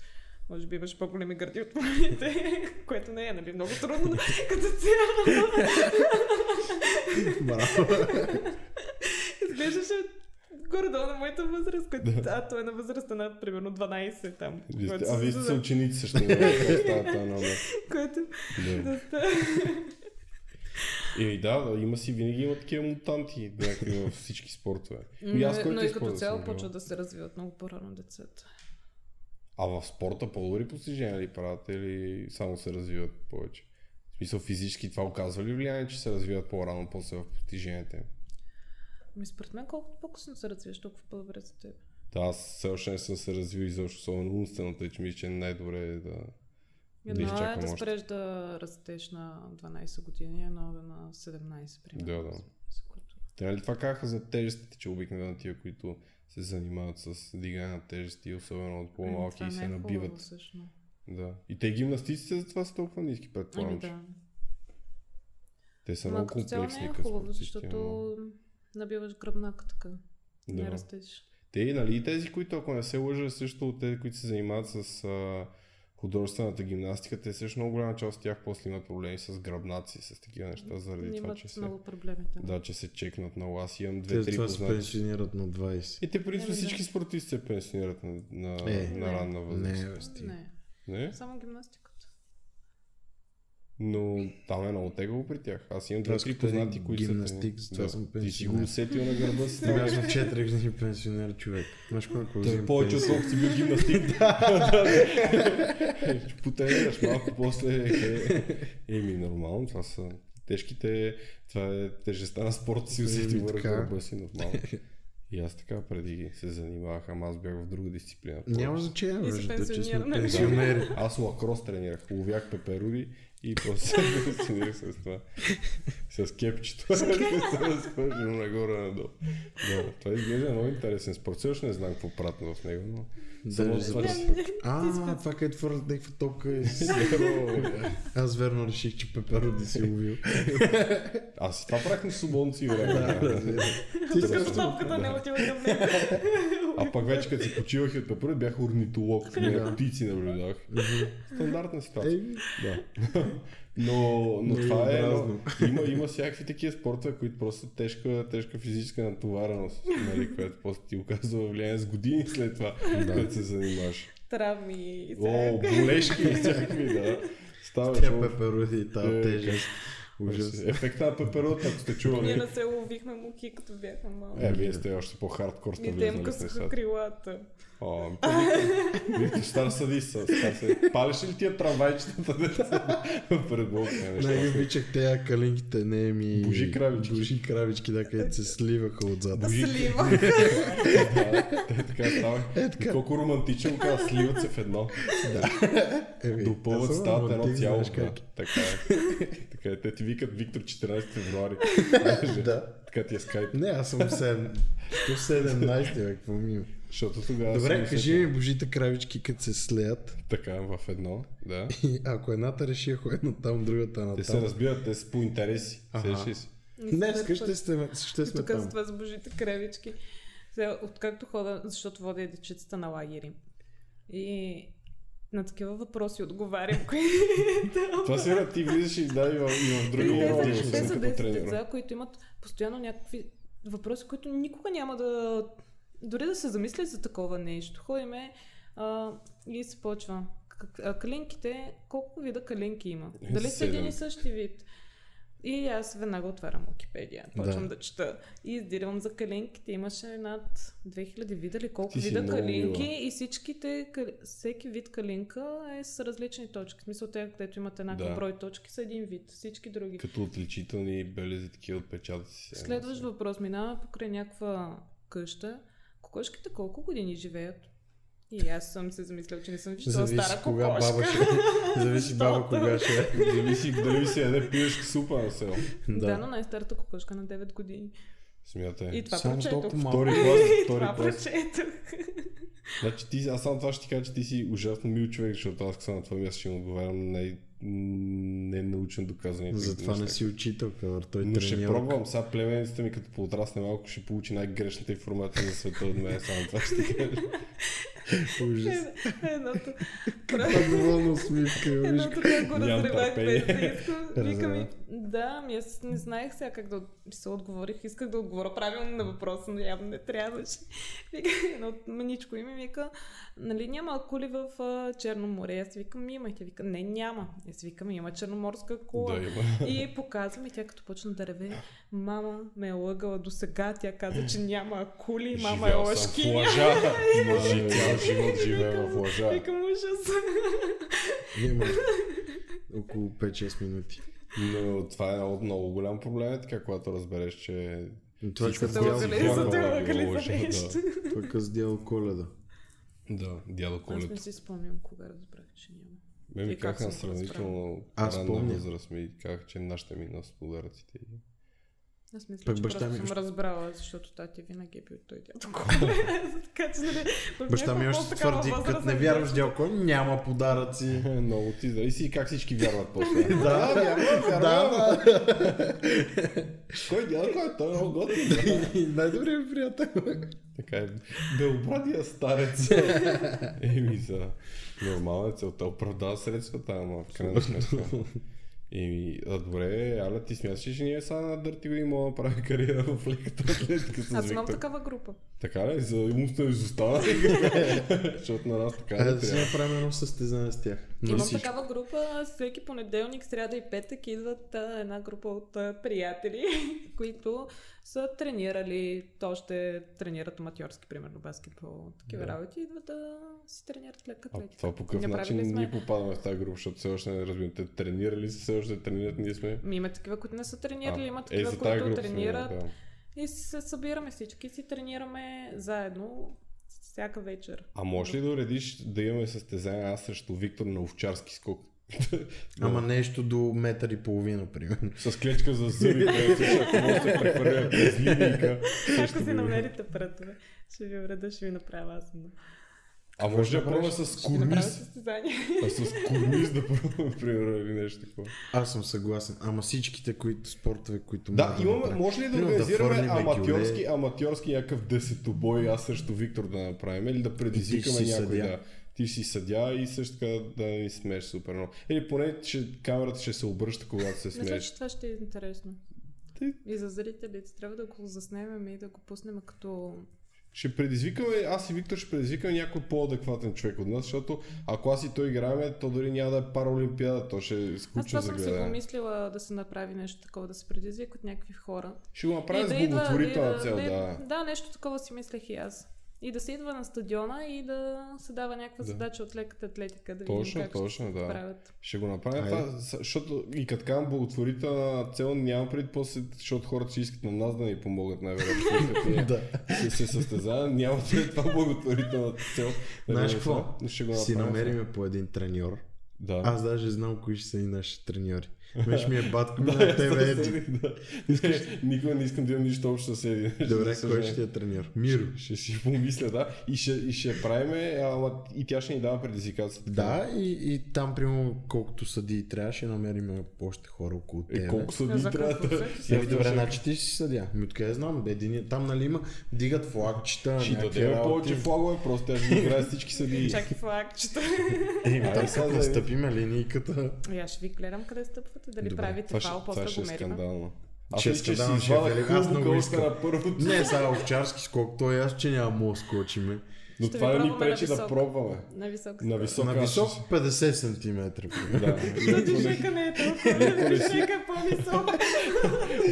може би имаш по-големи гърди от моите, което не е, нали, много трудно като цяло.
Браво.
Изглеждаше горе-долу на моята възраст, което, а той е на възрастта на примерно 12 там.
Вие сте-
което
А
се
вие сте
създаде-
ученици също. Какво става това номер?
Което
Да.
доста...
Еми да, да, има си, винаги има такива мутанти някакви във всички спортове. И аз, който
но и като
спорт да съм
цяло
бил?
почва да се развиват много по-рано децата.
А в спорта по-добри постижения ли правят или само се развиват повече? В смисъл физически това оказва ли влияние, че се развиват по-рано после в постиженията им?
Ми според мен колкото по-късно се развиеш, толкова по-добре за теб.
Да, аз все още не съм се развил изобщо, особено умствено, тъй че мисля, че най-добре е да... Да
Едно е
изчакам
да
още.
спреш да растеш на 12 години, едно е на 17 примерно.
Да, да.
За което...
Те нали това казаха за тежестите, че обикновено тия, които се занимават с дигане на тежести, особено от по-малки
Това
и
не
се
е
набиват.
Хубаво, всъщност.
Да. И те гимнастиците затова са толкова ниски, предполагам.
Ами
че.
да.
Те са
Ама
много
като цяло не
комплексни.
е
като
хубаво,
спортисти,
защото набиваш гръбнака така.
но-
Не
е Да.
растеш.
Те, и, нали, и тези, които, ако не се лъжа, също от тези, които се занимават с а, художествената гимнастика, те също много голяма част от тях после имат проблеми с гръбнаци, с такива неща, заради това,
Имат
че се,
много проблемите.
да, че се чекнат много. Аз имам
Те
две-три
това се
познати.
пенсионират на 20.
И те, принцип,
Еми, Е, да.
всички спортисти се пенсионират на, на,
Е.
на ранна възраст.
Не, бе, стига.
Не,
Не.
само гимнастиката.
Но там е много тегаво при тях. Аз имам
Това
две-три
като един
познати, които
гимнастик,
са...
затова съм
Ти си го
пенсионер.
усетил на гърба си.
Ти
това
бях на 4 години пенсионер човек. Знаеш колко
Той
взимам
е повече
пенсия?
отколкото си бил гимнастик. Ще Потренираш малко после. е, Еми, нормално, това са тежките, това е тежестта на спорта си
Еми,
усети върху
така.
гърба си, нормално. И аз така преди се занимавах, ама аз бях в друга дисциплина.
Няма значение,
И си
виждате, че сме
пенсиониран.
пенсионери.
Аз лакрос тренирах, ловях пеперури и после се вакцинирах с това. С кепчето. се разхвърлям нагоре надолу. Да, това изглежда много интересен спорт. Все още не знам какво пратно в него, но...
Даже
това, че-
за- А, това където фърлят някаква топка и си- Аз верно реших, че пепероди си ловил.
Аз това правих на свободното си време.
Да,
да.
разбира се.
Тук
Ти си
също-
топката не отива към него.
А пак вече като си почивах и от папирът, бях орнитолог. Не, птици наблюдах. Стандартна ситуация.
Ей,
Да. Но,
Но
но това е. Но,
образно.
има, има всякакви такива спортове, които просто са тежка, тежка физическа натовареност, нали, която после ти оказва влияние с години след това, да. като се занимаваш.
Травми и е
О,
всяко.
болешки и всякакви, да. Става
тя
шо-
пеперуди и
Е,
тази тежест. Ужас.
Ефекта на пеперот, ако сте
Ние
чували.
не се ловихме муки, като бяха малки.
Е, вие сте още по-хардкор сте
Ни
влезнали в
демка
нещата.
с крилата.
О, Вие стар съдист са. стар съдист. Палиш ли тия трамвайчетата деца? пред блока?
Най
Нещо.
обичах тея калинките, не ми...
Божи кравички.
Божи кравички, да, където се сливаха отзад.
Божи-
Слива.
Да, Те така става.
Е, така.
И Колко романтично казва, сливат се в едно.
Еми,
Допълват
Е, аз съм
стават едно
романтик,
цяло.
знаеш
да.
как.
Така е. Така е. Те ти викат Виктор 14 февруари.
Да.
Така ти е скайп.
Не, аз съм 7. 117 век, какво ми има?
Защото тогава... съм
Добре,
се-
кажи ми божите кравички, като се слеят.
Така, в едно, да.
И ако едната реши, ако една там, другата на
Те се
там.
разбират, те са по интереси.
Аха.
Сещаш ли си?
Днес ще сме, ще сме
Тук за
там.
това с божите кревички. Сега, Откакто хода, защото водя дечицата на лагери. И на такива въпроси отговарям, кои
Това си е, ти влизаш и да, и в, и в други
Е, Те
работи,
са- Те са
съм като
10
тренер.
деца, които имат постоянно някакви въпроси, които никога няма да... Дори да се замислят за такова нещо. Ходиме а, и се почва. Как- а, Калинките, колко вида калинки има?
Е,
Дали са
седем.
един и същи вид? И аз веднага отварям Wikipedia, почвам да,
Да.
чета. И издирвам за калинките. Имаше над 2000 вида ли колко
Ти си
вида
много
калинки
мила.
и всичките, кал- всеки вид калинка е с различни точки. В смисъл, те, където имат еднакъв
Да.
брой точки, са един вид. Всички други.
Като отличителни белези, такива отпечатъци.
Следващ въпрос. Минава покрай някаква къща. Кокошките колко години живеят? И аз съм се замислял, че не съм виждала
Зависи
стара
кога
кокошка.
баба ще... Зависи баба кога ще... е.
Зависи дали си яде пиешка супа на село.
Да.
Да.
но най-старата кокошка на 9 години.
Смятай.
И това
Само
прочетох.
толкова малко.
Втори клас,
И
втори
това
клас.
прочетох.
Значи ти, аз само това ще ти кажа, че ти си ужасно мил човек, защото аз като съм на това място ще му отговарям на най- ненаучно доказани.
Затова не си учител, кавър. Той
Но ще
треньор.
пробвам. Сега племеницата ми като подрасне малко ще получи най-грешната информация за света от мен. Само това ще ти кажа.
Ужас.
Е, Едното.
Пак доволна е усмивка, виж.
Едното как го
Нямам
разривах без да
търпение.
искам. Вика ми, да, ми аз не знаех сега как да от- се отговорих. Исках да отговоря правилно на въпроса, но явно не трябваше. Вика, едно от маничко име вика, нали няма акули в а, Черно море? Аз викам, има. И тя вика, не, няма. И Аз викам, има черноморска акула.
Да, има.
И показвам и тя като почна да реве, мама ме е лъгала до сега, тя каза, че няма акули, мама е
Живял съм
лъжки.
в
е
лъжа. Жи- Цял живот живея в лъжа.
Викам, ужас.
Има около 5-6 минути.
Но това е много, много голям проблем, е така, когато разбереш, че...
Но това,
Всичко
че
Те
Дядо
лъгали,
дял,
Коледа
за те
е било
лъгали за
лъжа,
нещо.
пък аз е дял коледа.
Да, дядо
Аз не
Колет.
си спомням кога разбрах, че няма.
Ме ми
Ти как
казаха на
си го
сравнително
Аз
ранна
помня.
възраст ми казаха, че нашите ми носят подаръците.
Аз мисля,
Пък
че
баща
просто
ми-
съм разбрала, защото тати винаги е бил той дядо така че нали, в
Баща ми
някаква
още
по-такава
твърди,
възраст е
като не
съм
вярваш дял коледа, няма подаръци.
Много ти да. И си как всички вярват после.
Да,
вярвам,
да,
Кой дядо, кой той е много готин.
И най-добре ми приятел.
Така е. Белобрадия старец. Еми, за нормална е целта. Оправдава средствата, ама в крайна сметка. Еми, а добре, Аля, ти смяташ, ли, че ние сега на Дърти години мога да правя кариера в леката атлетика с
Аз имам
Виктор?
такава група.
Така ли? За умствено изостана. Защото на нас така
Хайде
не
Е, да си
трябва.
направим едно състезание с тях. Но
Имам
всичко.
такава група, всеки понеделник, сряда и петък идват а, една група от а, приятели, които са тренирали, то ще тренират аматьорски, примерно баскетбол, такива
Да.
работи, идват да си тренират лека
А
атлетика.
това по какъв
Направили
начин
сме-
ние попадаме в тази група, защото все още не разбирам. Те тренирали са, все още тренират, ние сме.
Ми има такива, които не са тренирали,
А,
има
е,
такива,
за тази
които
група сме,
тренират.
да.
И се събираме всички, и си тренираме заедно всяка вечер.
А можеш ли да уредиш да имаме състезание аз срещу Виктор на овчарски скок?
Ама нещо до метър и половина, примерно.
С клечка за зъби, където ще- ако може да се прехвърля през линейка.
Ако
срещу
си
го-
намерите пратове, ще ви уреда, ще ви направя аз едно.
А може да пробваме с кормис.
състезание.
А с кормис да пробваме, примерно, или нещо такова.
Аз съм съгласен. Ама всичките които, спортове, които
Да,
може
имаме,
направим.
може ли да
Примерно
организираме
фърлиме
аматьорски,
гюле.
аматьорски някакъв десетобой, аз срещу Виктор да направим, или да предизвикаме
И ти си
някой
съдия.
да... Ти си съдя и също така да ни смееш супер много. Или поне ще, камерата ще се обръща, когато се
Мисля,
смееш.
че това ще е интересно.
Ти-
И за зрителите трябва да го заснемем и да го пуснем като...
Ще предизвикаме, аз и Виктор ще предизвикаме някой по-адекватен човек от нас, защото ако аз и той играеме, то дори няма да е параолимпиада, то ще е
Аз
скучно
това
за
съм си
гледане.
помислила да се направи нещо такова, да се предизвикат някакви хора.
Ще го
И
направя с
да идва-
благотворителна
и
цел,
да,
да.
Да, нещо такова си мислех и аз. И да се идва на стадиона и да се дава някаква
Да.
задача от леката атлетика. Да
Точно,
видим как ще
точно,
се
да.
правят.
Ще го направим
Айде.
това, с- защото и като казвам благотворителна цел, нямам пред после, защото хората ще искат на нас да ни помогнат най-вероятно. като ние
Да.
се, се състезаваме, няма пред това благотворителна цел.
Знаеш
Нали,
какво?
това? Ще го
Си
направим.
намериме по един треньор.
Да.
Аз даже знам кои ще са и наши треньори. Меш ми е батко
Да,
на
аз
тебе,
да
Еди.
седи, да. Не, Никога не искам да имам нищо общо с Еди.
Добре,
За
кой
съжаление.
ще ти е треньор? Миро.
Ще си помисля, да. И ще, и ще правиме, ама и тя ще ни дава предизвикателство.
Да, и, и там, примерно, колкото съди трябва, ще намерим още хора около
Е,
тебе.
колко са
За
дни трябва
какво
да...
всеки си
Еми, добре,
Ще-
значи ти ще съдя. Ми откъде знам, бе, един... там нали има, дигат флагчета,
Ще
някакви
дадем
работи.
повече флагове, просто тя ще играе с всички съдии.
Чакай флагчета.
Еми,
Айде,
там
сега
като
да
настъпиме линийката.
И Ами, аз ще ви гледам къде стъпвате, дали
Добре,
правите
Това, ще,
фал,
това
после
ще
го
е
мерим.
скандално.
Ще е
мисля,
скандално,
си
ще е
извада
велико, аз
хубаво
много
гол
искам.
на първото.
Не, сега овчарски скок, той аз, че няма мога да скочиме.
Но
Ще
това
ви
не ни
пробваме на
пречи да
високо.
пробваме.
На висок
На висок
На
аз ще
висок
си-
50 см.
Да.
Да, дюшека не е толкова, дюшека е по-висок.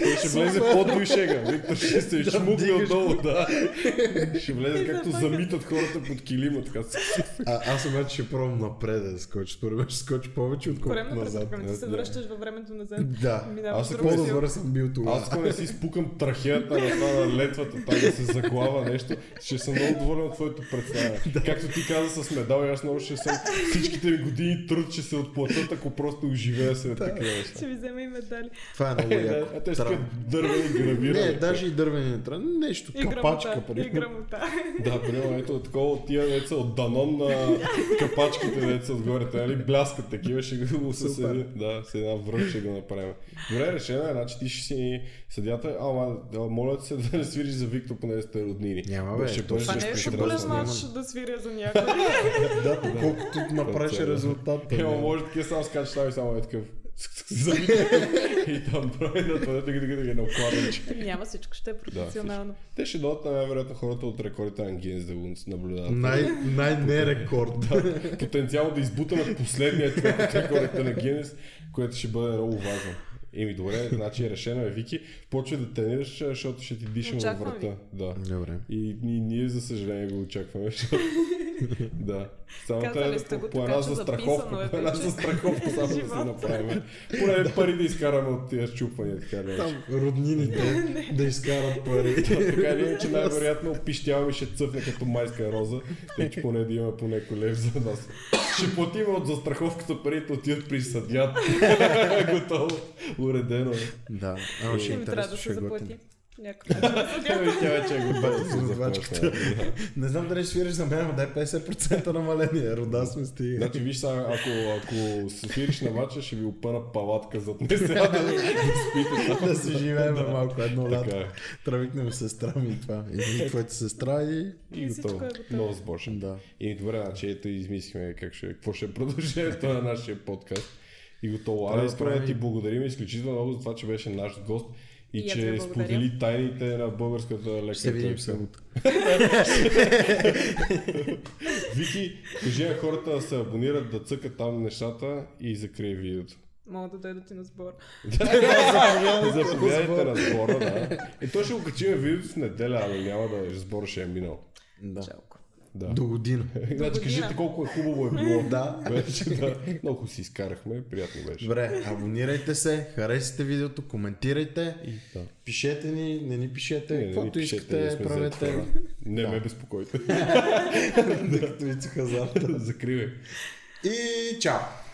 Той ще влезе под душега. Виктор ще се шмукне
вдигаш
отдолу, да. Ще влезе
И
както
запака.
замитат хората под килима. Така.
А, аз обаче ще пробвам напред да скоча. Според мен ще скоча повече,
Корем
отколкото
на
назад.
престъпването, се
да.
връщаш във времето назад.
Да.
Минава
Аз
в
ако
друга
мога да
сила.
По-добре съм бил това.
Аз ако не си спукам трахеята на това на летвата, така да се заглава нещо, ще съм много доволен от твоето представяне. Както ти каза с медал, аз много ще съм всичките ми години труд, ще се отплатят, ако просто оживея сред такива неща.
Ще ви взема и медали.
Това е много
Е, да, а
яко.
те ще
Трябва.
искат дървени гравирани.
Не, даже и дървени не трябва. Нещо,
И
капачка,
грамота. И
примерно.
грамота.
Да, примерно ето от такова от тия деца от Данон на капачките деца отгоре, те нали бляскат такива, ще го с,
Супер.
един- да, с една връх ще го направим. Добре, решено е, значи ти ще си съдята, ама да, моля ти се да не свириш за Виктор, понеже сте роднини.
Няма, бе,
ще
то
бъдеш
Това не е
ще
безпристрастен.
футболен
футболен
разминем.
мач да свиря за някой.
Да, колкото направиш
Концерт.
резултата.
Е, ама
няма.
може такива само скачаш там и само е такъв. Замита. и там прави на това, да ги да ги наобкладенче.
Няма всичко, ще е професионално.
Те ще дойдат на най-вероятно хората от рекордите на Гинс да го наблюдават.
Най, най-нерекорд.
потенциално да избутаме последния човек от рекордите на Гинес, което ще бъде много важно. Еми добре, значи решено е Вики, почвай да тренираш, защото ще ти дишам във
Очаквам
врата. Да.
Добре.
И, и ние за съжаление го очакваме. защото- да. Само
Казали
трябва да
сте го,
по
така
една
че записано
застраховка,
е
по една
вече.
застраховка само да си
Живота.
направим. Поне пари да изкараме от тия щупвания, така да е.
Там роднините да изкарат пари.
така или иначе най-вероятно пищяваме ще цъфне като майска роза, тъй че поне да имаме поне колев за нас. Ще платим от застраховката парите, отиват при съдята. Готово. Уредено е.
Да, ама ще
Ще ми трябва
интересно
да
ще
се
е готин.
заплати. Някакъв начин да съдя.
Ами, Тя вече е готова за заплащане.
Не знам дали ще свириш за мен, ама дай 50% намаление. Рода сме стига.
Значи виж сега, ако, ако се свириш на мача, ще ви опъна палатка зад не сега да, да спите там.
Да си живеем малко едно лято.
Така е.
Травикнем сестра ми и това. И твоята сестра и...
И
И всичко
готово.
е готово.
Много сборшен.
Да.
И добре, значи ето измислихме как ще, какво ще е продължението на нашия подкаст. И готово. Алекс,
да
първо да
правим-
ти благодарим изключително много за това, че беше наш гост и,
И аз
че
ви благодаря.
сподели тайните на българската лекарка.
Ще се видим в събота.
Вики, кажи на хората да се абонират, да цъкат там нещата и закрие видеото.
Мога да дойдат и на сбор.
Заповядайте на сбора, да. И то ще го качим видеото в неделя, но няма да сбор ще е минал.
Да.
Чалко.
Да.
До година.
Значи кажете колко е хубаво е било.
Да.
Вече, да. Много си изкарахме, приятно беше.
Добре, абонирайте се, харесайте видеото, коментирайте,
И, да.
пишете ни, не ни пишете,
Не, не ни
каквото
пишете, ние
искате,
сме заети
правете.
хора. Не ме безпокойте.
Докато ви цуха
Закривай.
И чао!